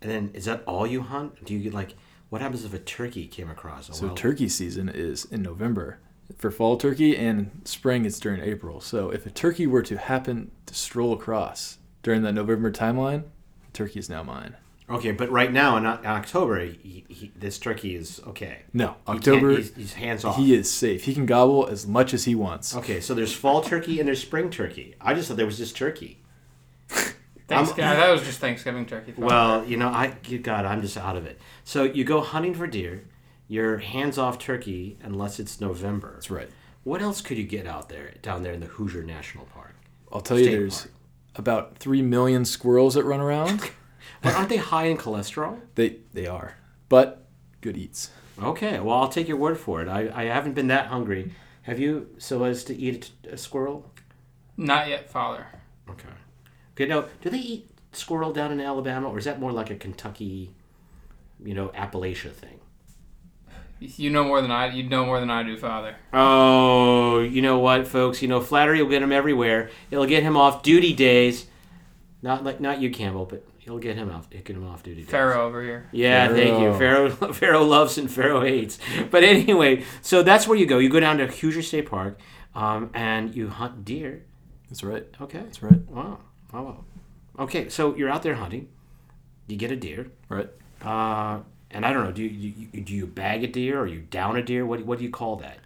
S1: and then is that all you hunt? Do you get like what happens if a turkey came across? Oh, a
S5: So
S1: wild-
S5: turkey season is in November for fall turkey, and spring it's during April. So if a turkey were to happen to stroll across during that November timeline, the turkey is now mine.
S1: Okay, but right now in, O- in October, he, he, this turkey is okay.
S5: No,
S1: He can't-
S5: October-
S1: he's, he's hands off.
S5: He is safe. He can gobble as much as he wants.
S1: Okay, so there's fall turkey and there's spring turkey. I just thought there was just turkey.
S2: Thanksgiving. that was just Thanksgiving turkey. fat.
S1: Well, you know, I good God, I'm just out of it. So you go hunting for deer. You're hands off turkey unless it's November. That's
S5: right.
S1: What else could you get out there down there in the Hoosier National Park?
S5: I'll tell you,
S1: State
S5: there's
S1: Park.
S5: about three million squirrels that run around.
S1: But aren't they high in cholesterol?
S5: they they are, but good eats.
S1: Okay, well, I'll take your word for it. I, I haven't been that hungry. Have you, so as to eat a, a squirrel?
S2: Not yet, father.
S1: Okay. Good. Now, do they eat squirrel down in Alabama, or is that more like a Kentucky, you know, Appalachia thing?
S2: You know more than I. You know more than I do, father.
S1: Oh, you know what, folks? You know, flattery will get him everywhere. It'll get him off duty days. Not like not you, Campbell, but it'll get him off. Get him off duty days.
S2: Pharaoh over here.
S1: Yeah, thank you. Pharaoh, Pharaoh loves and Pharaoh hates. But anyway, so that's where you go. You go down to Hoosier State Park, um, and you hunt deer.
S5: That's right.
S1: Okay.
S5: That's right.
S1: Wow. Wow. wow. Okay, so you're out there hunting. You get a deer.
S5: Right.
S1: Uh, and I don't know. Do you, you you- do you bag a deer or you down a deer? What what do you call that?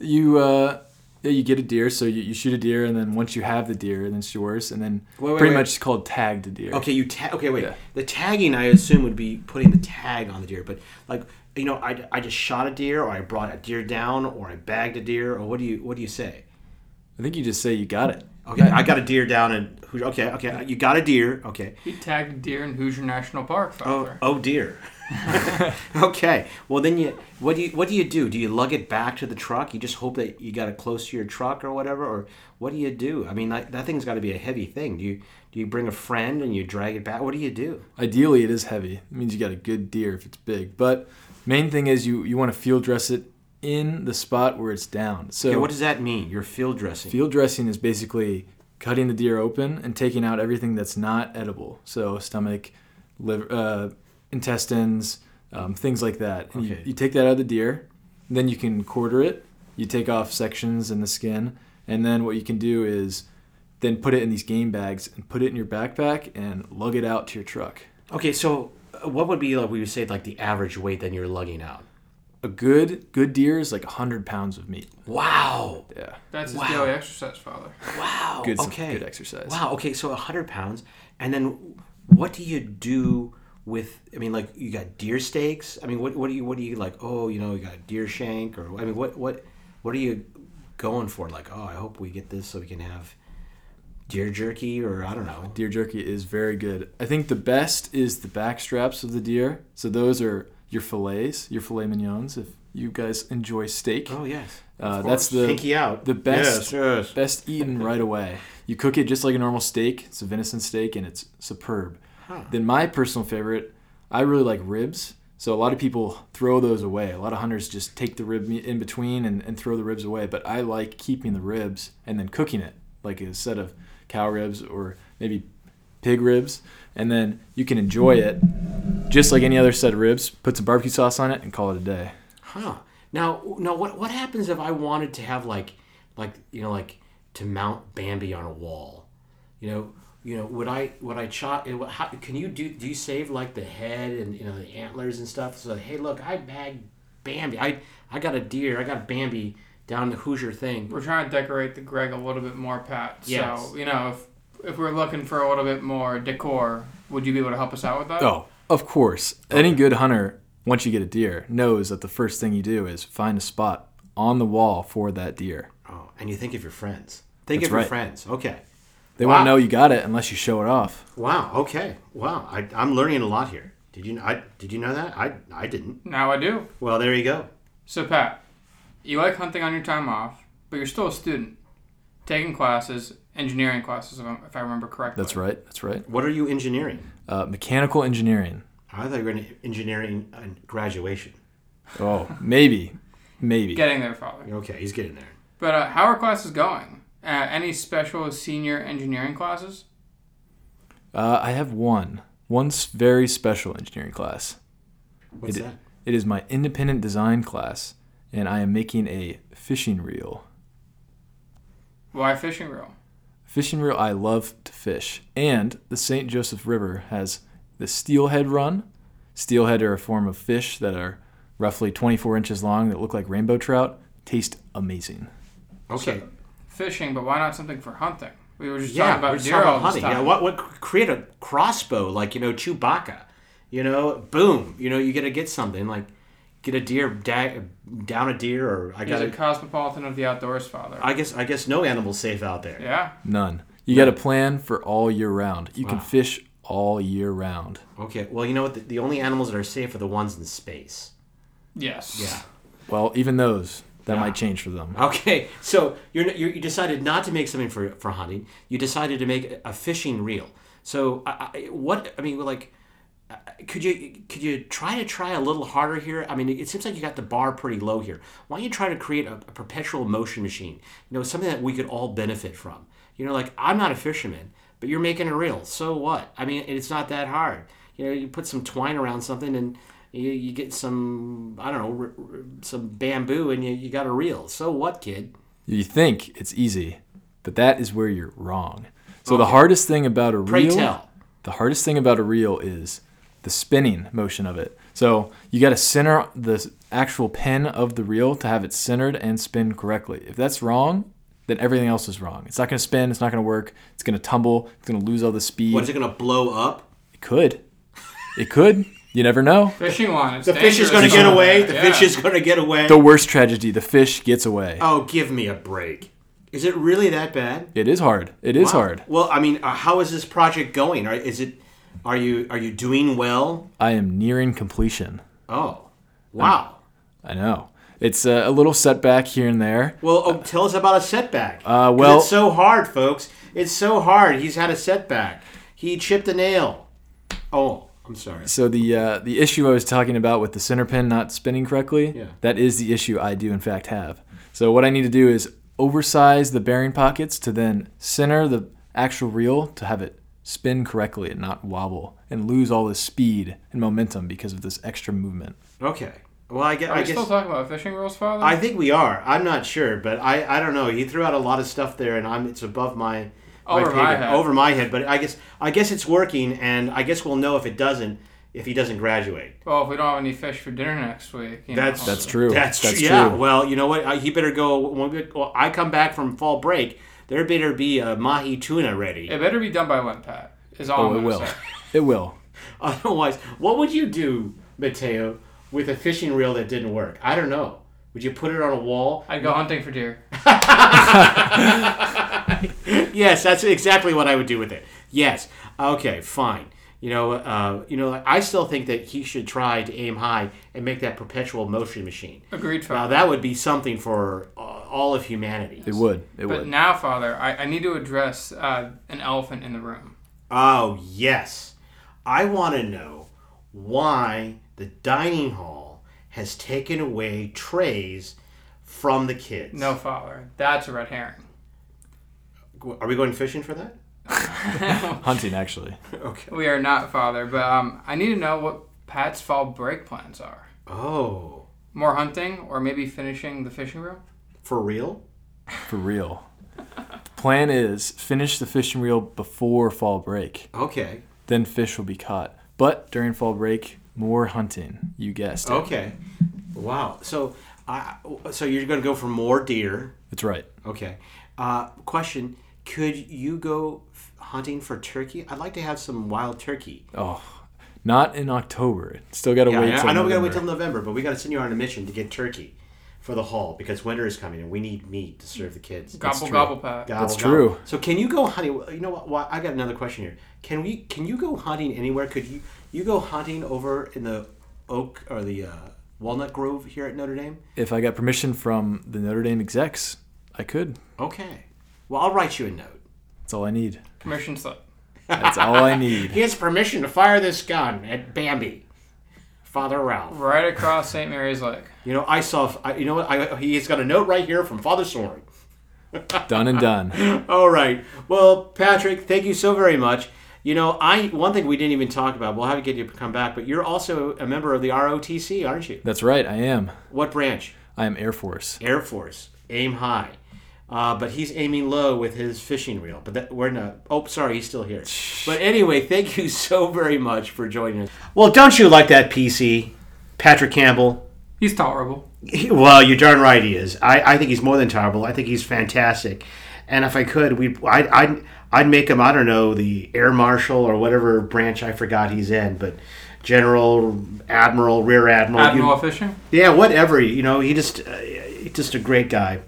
S5: You uh, yeah, you get a deer. So you, you shoot a deer, and then once you have the deer, then it's yours, and then
S1: Wait, wait,
S5: pretty
S1: wait.
S5: much it's called tagged a deer.
S1: Okay, you tag. Okay, wait.
S5: Yeah.
S1: The tagging I assume would be putting the tag on the deer, but like you know, I, I just shot a deer or I brought a deer down or I bagged a deer or what do you what do you say?
S5: I think you just say you got it.
S1: Okay, I got a deer down and who? Okay, okay, you got a deer. Okay.
S2: He tagged a deer in Hoosier National Park,
S1: Oh,
S2: father.
S1: oh dear. okay. Well, then you what do you what do you do? Do you lug it back to the truck? You just hope that you got it close to your truck or whatever, or what do you do? I mean, that, that thing's got to be a heavy thing. Do you do you bring a friend and you drag it back? What do you do?
S5: Ideally, it is heavy. It means you got a good deer if it's big. But main thing is you you want to field dress it in the spot where it's down. So
S1: Okay, what does that mean? You're field dressing.
S5: field dressing is basically cutting the deer open and taking out everything that's not edible. So stomach, liver, uh, intestines, um, things like that. And you,
S1: Okay.
S5: you take that out of the deer, then you can quarter it. You take off sections and the skin, and then what you can do is then put it in these game bags and put it in your backpack and lug it out to your truck.
S1: Okay, so uh, what would be like we would say like the average weight that you're lugging out?
S5: a good good deer is like 100 pounds of meat
S1: Wow.
S5: yeah
S2: That's his
S1: wow.
S2: daily exercise, father.
S1: Wow.
S5: Good-
S1: okay.
S5: good exercise.
S1: Wow. Okay. So 100 pounds. And then what do you do with, I mean, like you got deer steaks. I mean, what, what do you, what do you like? Oh, you know, you got deer shank or, I mean, what, what, what are you going for? Like, oh, I hope we get this so we can have deer jerky or I don't know.
S5: deer jerky is very good i think the best is the back straps of the deer so those are your fillets your filet mignons if you guys enjoy steak
S1: Oh, yes.
S5: uh, that's the
S1: Pinky out.
S5: the best
S1: Yes, yes.
S5: best eaten right away you cook it just like a normal steak it's a venison steak and it's superb then my personal favorite i really like ribs so a lot of people throw those away a lot of hunters just take the rib meat in between and, and throw the ribs away but i like keeping the ribs and then cooking it like a set of cow ribs or maybe pig ribs and then you can enjoy it just like any other set of ribs put some barbecue sauce on it and call it a day
S1: Huh. Now, now, what what happens if I wanted to have like, like you know, like to mount Bambi on a wall? You know, you know, would I would I chop? and what- How, can you do? Do you save like the head and you know the antlers and stuff? So hey, look, I bagged Bambi. I I got a deer. I got Bambi down the Hoosier thing.
S2: We're trying to decorate the Greg a little bit more, Pat.
S1: Yes.
S2: So you know, if if we're looking for a little bit more decor, would you be able to help us out with that?
S5: Oh, of course. Any good hunter, once you get a deer, knows that the first thing you do is find a spot on the wall for that deer.
S1: Oh, and you think of your friends. Think
S5: That's
S1: of your
S5: right.
S1: friends. Okay.
S5: They won't
S1: Wow.
S5: know you got it unless you show it off.
S1: Wow. Okay. Wow. I, I'm learning a lot here. Did you I did you know that? I I didn't.
S2: Now I do.
S1: Well, there you go.
S2: So, Pat, you like hunting on your time off, but you're still a student, taking classes, engineering classes, if I- if I remember correctly.
S5: That's right. That's right.
S1: What are you engineering?
S5: Uh, mechanical engineering.
S1: I thought you were in engineering and graduation.
S5: Oh, maybe, maybe.
S2: Getting there, Father.
S1: Okay, he's getting there.
S2: But uh, how are classes going? Uh, any special senior engineering classes?
S5: Uh, I have one. One s- very special engineering class.
S1: What's
S5: It-
S1: that?
S5: It is my independent design class, and I am making a fishing reel.
S2: Why fishing reel?
S5: Fishing reel, I love to fish. And the St. Joseph River has the steelhead run. Steelhead are a form of fish that are roughly 24 inches long that look like rainbow trout. Taste amazing.
S1: Okay.
S2: Fishing, but why not something for hunting? We were just
S1: yeah,
S2: talking about
S1: we're just
S2: deer
S1: talking
S2: all
S1: about
S2: this
S1: hunting.
S2: time.
S1: Yeah, what what create a crossbow like you know Chewbacca, you know, boom, you know, you gotta get something like get a deer da- down a deer or I
S2: He's
S1: got
S2: a cosmopolitan of the outdoors, Father.
S1: I guess I guess no animal's safe out there.
S2: yeah.
S5: None. You got to plan for all year round. You can fish all year round.
S1: Okay, well you know what? The, the only animals that are safe are the ones in space.
S2: Yes.
S1: Yeah.
S5: Well, even those, that might change for them.
S1: Okay, so you're, you're, you decided not to make something for, for hunting. You decided to make a fishing reel. So I, I, what I mean, like, uh, could you could you try to try a little harder here? I mean, it seems like you got the bar pretty low here. Why don't you try to create a, a perpetual motion machine? You know, something that we could all benefit from. You know, like I'm not a fisherman, but you're making a reel. So what? I mean, it's not that hard. You know, you put some twine around something and. You, you get some I don't know r- r- some bamboo and you, you got a reel. So what, kid?
S5: You think it's easy, but that is where you're wrong. So the hardest thing about a
S1: Pray
S5: reel,
S1: tell.
S5: the hardest thing about a reel is the spinning motion of it. So you got to center the s- actual pin of the reel to have it centered and spin correctly. If that's wrong, then everything else is wrong. It's not going to spin. It's not going to work. It's going to tumble. It's going to lose all the speed.
S1: What is it gonna blow up?
S5: It could. It could. You never know.
S2: Fishing line. It's
S1: The fish is gonna
S2: dangerous.
S1: get away. The
S2: Yeah.
S1: fish is gonna get away.
S5: The worst tragedy: the fish gets away.
S1: oh, give me a break. Is it really that bad?
S5: It is hard. It is
S1: Wow.
S5: hard.
S1: Well, I mean, uh, how is this project going? Are, is it? Are you are you doing well?
S5: I am nearing completion.
S1: Oh, wow.
S5: I know. It's uh, a, a little setback here and there.
S1: well, oh, tell us about a setback.
S5: Uh,
S1: 'Cause
S5: well-
S1: it's so hard, folks. It's so hard. He's had a setback. He chipped a nail. Oh, I'm sorry.
S5: So the uh, the issue I was talking about with the center pin not spinning correctly,
S1: Yeah.
S5: that is the issue I do in fact have. So what I need to do is oversize the bearing pockets to then center the actual reel to have it spin correctly and not wobble and lose all the speed and momentum because of this extra movement.
S1: Okay. Well, I guess.
S2: Are
S1: I
S2: we
S1: guess
S2: still talking about fishing reels, Father?
S1: I think we are. I'm not sure, but I, I don't know. He threw out a lot of stuff there, and I'm it's above my, my
S2: Over
S1: pay
S2: my
S1: grade-
S2: head.
S1: over my head. But I guess I guess it's working, and I guess we'll know if it doesn't if he doesn't graduate.
S2: well, if we don't have any fish for dinner next week, you
S1: That's-
S2: know,
S5: That's true.
S1: That's, true. Yeah. Well, you know what? I, he better go when we, well, I come back from fall break. There better be a mahi tuna ready.
S2: It better be done by when, Pat. Is all
S5: Oh,
S2: I'm
S5: it
S2: gonna
S5: will.
S2: say.
S5: It will.
S1: Otherwise, what would you do, Mateo, with a fishing reel that didn't work? I don't know. Would you put it on a wall?
S2: I'd go hunting for deer.
S1: Yes, that's exactly what I would do with it. Yes. Okay, fine. You know, uh, you know, I still think that he should try to aim high and make that perpetual motion machine.
S2: Agreed, Father.
S1: Now that would be something for uh, all of humanity.
S5: It would. It
S2: but
S5: would.
S2: now, Father, I, I need to address uh, an elephant in the room.
S1: Oh yes, I want to know why the dining hall has taken away trays from the kids.
S2: No, Father, that's a red herring.
S1: are we going fishing for that?
S5: Hunting actually.
S1: Okay.
S2: We are not, Father, but um, I need to know what Pat's fall break plans are.
S1: Oh,
S2: More hunting, or maybe finishing the fishing reel?
S1: for real?
S5: For real. Plan is finish the fishing reel before fall break.
S1: Okay.
S5: Then fish will be caught. But during fall break, more hunting. You guessed it.
S1: Okay. Wow. So, I so you're going to go for more deer.
S5: That's right.
S1: Okay. Uh, question: Could you go f- hunting for turkey? I'd like to have some wild turkey.
S5: Oh, not in October. Still got to
S1: Yeah,
S5: wait.
S1: I-
S5: till
S1: I know we gotta wait till
S5: November.
S1: November, but we gotta send you on a mission to get turkey for the hall because winter is coming and we need meat to serve the kids.
S2: Gobble, gobble, Pat.
S1: Gobble,
S5: That's
S1: gobble.
S5: true.
S1: So can you go hunting? You know what? Why, I got another question here. Can we? Can you go hunting anywhere? Could you? You go hunting over in the oak or the uh, walnut grove here at Notre Dame.
S5: If I got permission from the Notre Dame execs, I could.
S1: Okay. Well, I'll write you a note.
S5: That's all I need.
S2: Commission slip.
S5: That's all I need.
S4: He has permission to fire this gun at Bambi. Father Ralph.
S2: Right across St. Mary's Lake.
S1: You know, I saw. I, you know what? I, he's got a note right here from Father Soren.
S5: Done and done.
S1: All right. Well, Patrick, thank you so very much. You know, I one thing we didn't even talk about. We'll have to get you to come back, but you're also a member of the ROTC, aren't you?
S5: That's right. I am.
S1: What branch?
S5: I am Air Force.
S1: Air Force. Aim high. Uh, but he's aiming low with his fishing reel. But that, we're not. Oh, sorry, he's still here. But anyway, thank you so very much for joining us. Well, don't you like that PC, Patrick Campbell?
S2: He's tolerable.
S1: He- well, you're darn right he is. I, I think he's more than tolerable. I think he's fantastic. And if I could, we I'd, I'd I'd make him I don't know the air marshal or whatever branch I forgot he's in, but general, admiral, rear admiral, you-
S2: Admiral Fisher.
S1: yeah, whatever. You know, he just uh, he's just a great guy.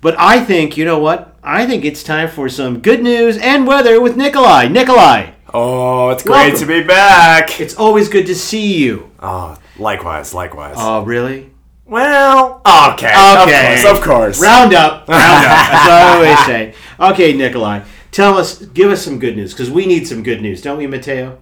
S1: But I think you know what? I think it's time for some good news and weather with Nikolai. Nikolai,
S6: Oh, it's great
S1: Welcome. Ah,
S6: to be back.
S1: it's always good to see you.
S6: Oh, likewise, likewise.
S1: Oh, really?
S6: well, okay,
S1: Okay.
S6: of course, of course.
S1: Round up. Round up. That's what I always say. Okay, Nikolai, tell us, give us some good news because we need some good news, don't we, Mateo?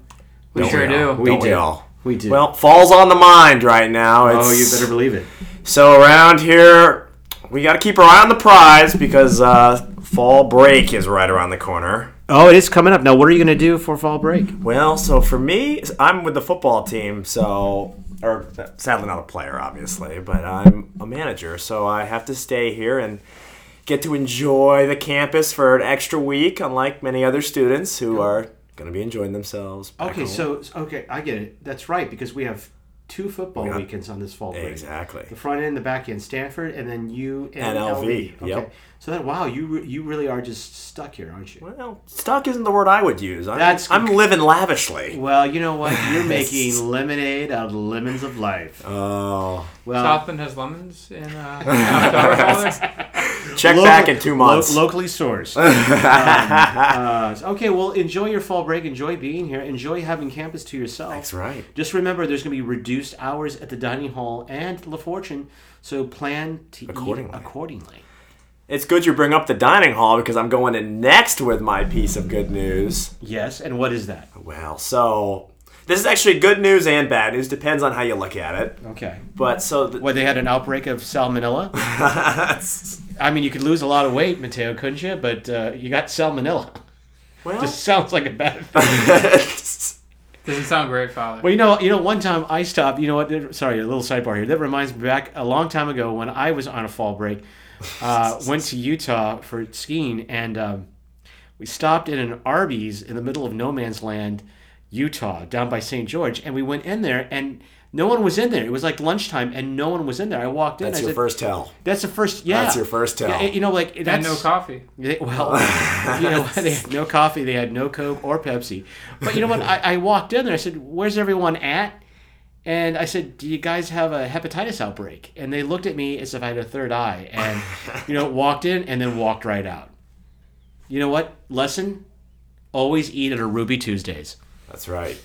S2: We
S6: Don't
S2: sure
S6: all?
S2: do.
S6: Don't we all?
S1: We do.
S6: Well, fall's on the mind right now. It's,
S1: oh, you better believe it.
S6: So around here, we got to keep our eye on the prize because uh, fall break is right around the corner.
S1: Oh, it is coming up. Now, what are you going to do for fall break?
S6: Well, so for me, I'm with the football team, so or sadly not a player, obviously, but I'm a manager, so I have to stay here and get to enjoy the campus for an extra week, unlike many other students who are going to be enjoying themselves. back
S1: Okay,
S6: home.
S1: so okay, I get it. That's right because we have two football weekends on this fall break.
S6: exactly.
S1: The front end, the back end, Stanford, and then you and,
S6: And LV,
S1: LV. Okay.
S6: yep.
S1: So that wow, you re- you really are just stuck here, aren't you?
S6: Well, stuck isn't the word I would use. I'm,
S1: That's-
S6: I'm living lavishly.
S1: Well, you know what? You're making lemonade out of lemons of life.
S6: Oh,
S1: Well,
S2: Southland has lemons in uh, October colors.
S6: check
S1: Local-
S6: back in two months.
S1: Lo- locally sourced. Um, uh, okay, well, enjoy your fall break. Enjoy being here. Enjoy having campus to yourself.
S6: That's right.
S1: Just remember, there's going to be reduced hours at the dining hall and La Fortune, so plan to
S6: Accordingly.
S1: eat accordingly.
S6: It's good you bring up the dining hall because I'm going in next with my piece of good news.
S1: Yes, and what is that?
S6: Well, so this is actually good news and bad news. Depends on how you look at it.
S1: Okay.
S6: But so the,
S4: Where they had an outbreak of salmonella. I mean, you could lose a lot of weight, Mateo, couldn't you? But uh, you got salmonella.
S6: well,
S4: Just sounds like a bad thing.
S2: Doesn't sound great, Father.
S4: Well, you know, you know, one time I stopped. You know what? Sorry, a little sidebar here. That reminds me back a long time ago when I was on a fall break. Uh, went to Utah for skiing, and um, we stopped in an Arby's in the middle of no man's land, Utah, down by St. George, and we went in there, and no one was in there. It was like lunchtime, and no one was in there. I walked in.
S6: that's
S4: I
S6: your
S4: said,
S6: first tell.
S4: That's the first. Yeah,
S6: That's your first tell.
S4: Yeah, you know, like that's
S2: and no coffee.
S4: they, well, you know, they had no coffee, they had no Coke or Pepsi. But you know what? I, I walked in there, I said, Where's everyone at? And I said, Do you guys have a hepatitis outbreak? And they looked at me as if I had a third eye and, you know, walked in and then walked right out. You know what? Lesson always eat at a Ruby Tuesdays.
S6: That's right.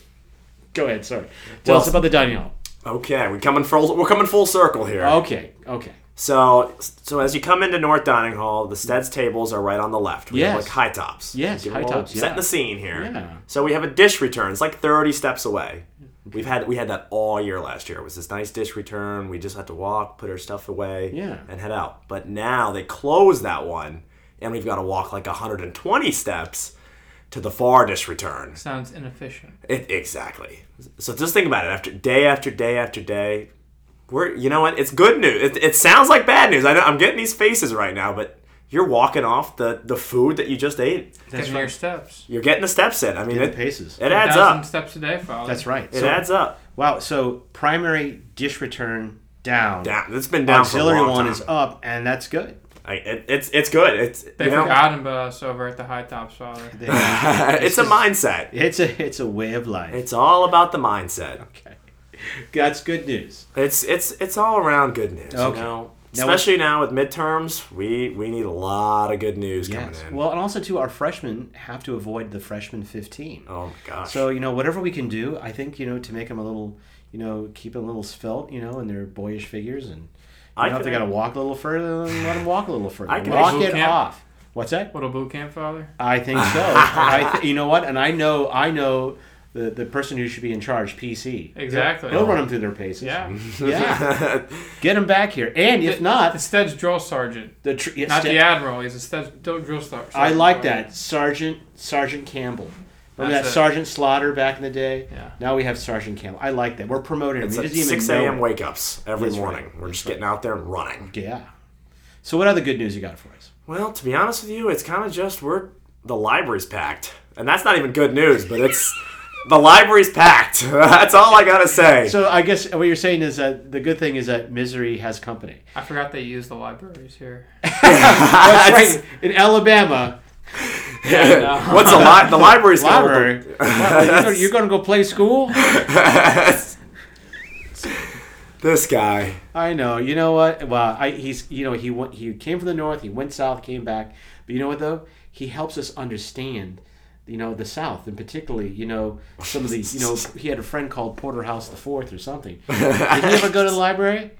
S4: Go ahead, sorry. Tell
S6: Well-
S4: us about the dining hall.
S6: Okay, we coming full. We're coming full circle here.
S4: Okay, okay.
S6: So, so as you come into North Dining Hall, the Stead's tables are right on the left. We have
S4: Yes.
S6: like high tops.
S4: Yes,
S6: Give
S4: high
S6: a little-
S4: tops,
S6: Setting
S4: yeah.
S6: the scene here.
S4: Yeah.
S6: So we have a dish return. It's like thirty steps away. We've had we had that all year last year. It was this nice dish return. We just had to walk, put our stuff away,
S4: Yeah.
S6: and head out. But now they closed that one, and we've got to walk like 120 steps to the far dish return.
S2: Sounds inefficient.
S6: It, exactly. So just think about it. After day after day after day, we're you know what? It's good news. It, it sounds like bad news. I know, I'm getting these faces right now, but you're walking off the the food that you just ate.
S2: That's your steps.
S6: You're getting the steps in. I mean,
S1: The
S6: it,
S1: paces.
S6: it adds
S2: Thousand
S6: up.
S2: steps a day, Father.
S1: That's right.
S6: It
S1: So-
S6: adds up.
S1: Wow. So primary dish return down.
S6: Down. It's been down for a
S1: Auxiliary
S6: long
S1: one
S6: time.
S1: is up, and that's good.
S6: I, it, it's it's good. It's
S2: They
S6: you know,
S2: forgot about us over at the High Tops, Father.
S6: it's a mindset.
S1: It's a it's a way of life.
S6: It's all about the mindset.
S1: Okay. That's good news.
S6: It's it's it's all around good news.
S1: Okay.
S6: You know? Especially now with midterms, we we need a lot of good news
S1: Yes.
S6: coming in.
S1: Well, and also too, our freshmen have to avoid the freshman fifteen.
S6: oh my gosh.
S1: So you know, whatever we can do, I think you know to make them a little, you know, keep them a little svelte, you know, in their boyish figures, and you
S6: I
S1: know, if they
S6: could-
S1: got to walk a little further, then let them walk a little further.
S6: I could
S1: Walk
S2: actually-
S1: it
S2: Camp.
S1: off. What's that?
S2: Little boot camp father.
S1: I think so. I th- you know what? And I know, I know the the person who should be in charge, PC.
S2: Exactly.
S6: Oh.
S1: He'll run them through their paces.
S2: Yeah.
S1: yeah. Get them back here, and if not,
S2: Instead's drill sergeant.
S1: the tr- yeah,
S2: Not
S1: sta-
S2: the admiral. He's a stud, drill sergeant.
S1: I like that Sergeant Sergeant Campbell. Remember
S2: That's
S1: that
S2: it.
S1: Sergeant Slaughter back in the day?
S2: Yeah.
S1: Now we have Sergeant Campbell. I like that. We're promoting him.
S6: it's
S1: he
S6: like
S1: doesn't even
S6: 6
S1: know
S6: a.m.
S1: it.
S6: wake ups every
S1: That's right.
S6: morning. We're just getting out there and running.
S1: Yeah. So what other good news you got for us?
S6: Well, to be honest with you, it's kind of just we're the library's packed, and that's not even good news. But it's the library's packed. that's all I gotta say.
S1: So I guess what you're saying is that the good thing is that misery has company.
S2: I forgot they use the libraries here.
S1: That's right. In Alabama,
S6: What's a li- the library's gonna-
S1: library. What, you're gonna- you're going to go play school?
S6: This guy.
S1: I know. You know what? Well, I, he's you know he went, he came from the north, he went south, came back. But you know what though? He helps us understand, you know, the South and particularly you know some of these. You know, he had a friend called Porterhouse the Fourth or something. Did he ever go to the library?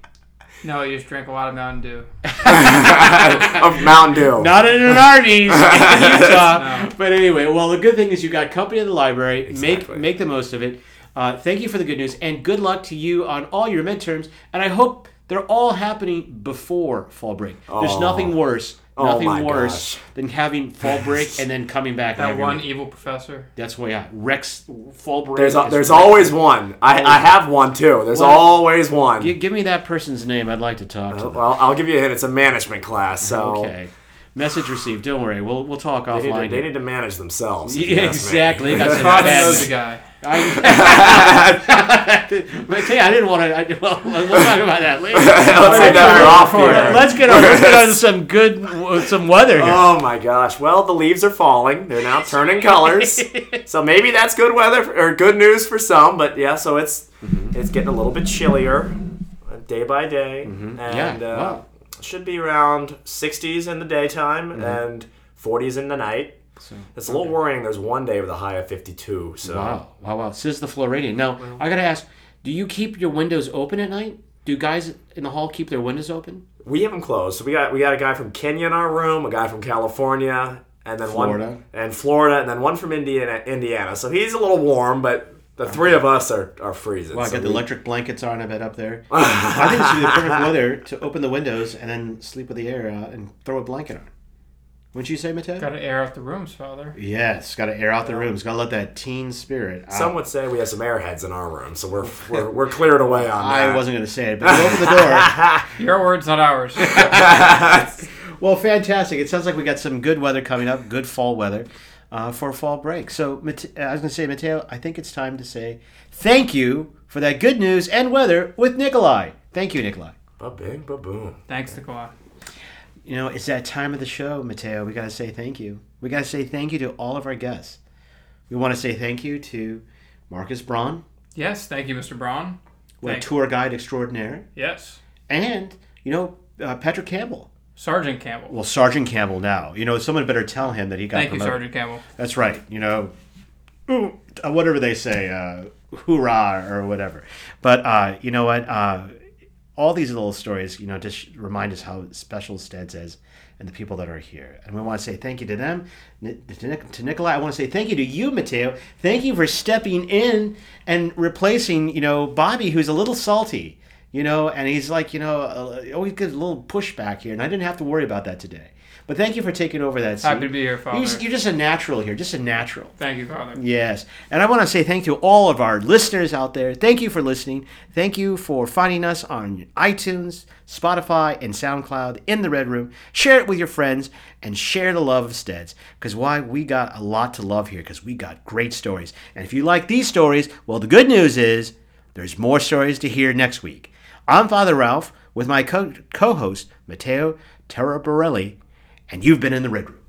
S2: No, you just drank a lot of Mountain Dew.
S6: of Mountain Dew.
S1: Not in an Arby's in Utah. But anyway, well, the good thing is you got company in the library.
S6: Exactly.
S1: Make make the most of it. Uh, thank you for the good news and good luck to you on all your midterms. And I hope they're all happening before fall break. There's nothing worse, nothing
S6: Oh. my
S1: worse
S6: gosh.
S1: than having fall break and then coming back. and
S2: That
S1: having-
S2: one evil professor.
S1: That's way out. Rex fall break.
S6: There's, a,
S1: is
S6: there's
S1: Rex.
S6: always one. I, I have one too. There's
S1: Well,
S6: always one.
S1: Gi- Give me that person's name. I'd like to talk to. them.
S6: well, I'll give you a hint. It's a management class, so
S1: Okay. Message received. Don't worry. We'll we'll talk
S6: they, need to,
S1: offline.
S6: they
S1: here.
S6: need to manage themselves. if you
S1: Yeah,
S6: ask me.
S1: exactly. They got some
S2: Father
S1: bad
S2: knows a guy.
S1: I, but hey, I didn't want to. I, well, we'll talk about that later.
S6: Let's say that we're off here.
S1: Let's get on, let's get on some good some weather here.
S6: Oh my gosh. Well, the leaves are falling. They're now turning colors. so maybe that's good weather for, or good news for some, but yeah, so it's
S1: Mm-hmm.
S6: it's getting a little bit chillier uh, day by day
S1: Mm-hmm.
S6: and
S1: Yeah,
S6: uh,
S1: wow. Mm-hmm.
S6: should be around 60s in the daytime and 40s in the night. it's a little worrying. There's one day with a high of 52. So
S1: wow, wow, wow! Says the Floridian. Now I gotta ask: Do you keep your windows open at night? Do guys in the hall keep their windows open?
S6: we have them closed. So we got we got a guy from Kenya in our room, a guy from California, and then
S1: Florida.
S6: one and Florida, and then one from Indiana. Indiana. So he's a little warm, but the three of us are, are freezing.
S1: Well, Oh, I
S6: so
S1: got the
S6: we-
S1: electric blankets on. I bet up there. I think it should be the perfect weather to open the windows and then sleep with the air out and throw a blanket on. Wouldn't you say, Mateo?
S2: Got to air out the rooms, father.
S1: Yes, got to air out the rooms. Got to let that teen spirit out.
S6: Some would say we have some airheads in our room, so we're we're, we're cleared away on that.
S1: I wasn't going to say it, but you open the door.
S2: Your words, not ours.
S1: Well, fantastic. It sounds like we got some good weather coming up, good fall weather uh, for fall break. So, Mate- I was going to say, Mateo, I think it's time to say thank you for that good news and weather with Nikolai. Thank you, Nikolai.
S6: Ba bing, ba boom.
S2: Thanks, Nicola.
S1: You know, it's that time of the show, Mateo. We got to say thank you. We got to say thank you to all of our guests. We want to say thank you to Marcus Braun,
S2: Yes, thank you, Mr. Braun.
S1: our
S2: Thank-
S1: tour guide extraordinaire,
S2: Yes.
S1: and, you know, uh, Patrick Campbell.
S2: Sergeant Campbell.
S1: Well, Sergeant Campbell now. You know, someone better tell him that he got
S2: Thank you,
S1: promoted.
S2: Sergeant Campbell.
S1: That's right. You know, ooh, uh, whatever they say, uh, hoorah or whatever. But uh, you know what? Uh, all these little stories, you know, just remind us how special Steds is and the people that are here. And we want to say thank you to them, Ni- to, Nic- to Nikolai. I want to say thank you to you, Mateo. Thank you for stepping in and replacing, you know, Bobby, who's a little salty, you know, and he's like, you know, uh, always gets a little pushback here. And I didn't have to worry about that today. But thank you for taking over that seat.
S2: Happy to be here, Father.
S1: You're just, you're just a natural here, just a natural.
S2: Thank you, Father.
S1: Yes. And I want to say thank you to all of our listeners out there. Thank you for listening. Thank you for finding us on iTunes, Spotify, and SoundCloud in the Red Room. Share it with your friends and share the love of Steads. Because why? We got a lot to love here because we got great stories. And if you like these stories, well, the good news is there's more stories to hear next week. I'm Father Ralph with my co host, Matteo Terra Borelli, and you've been in the Red Room.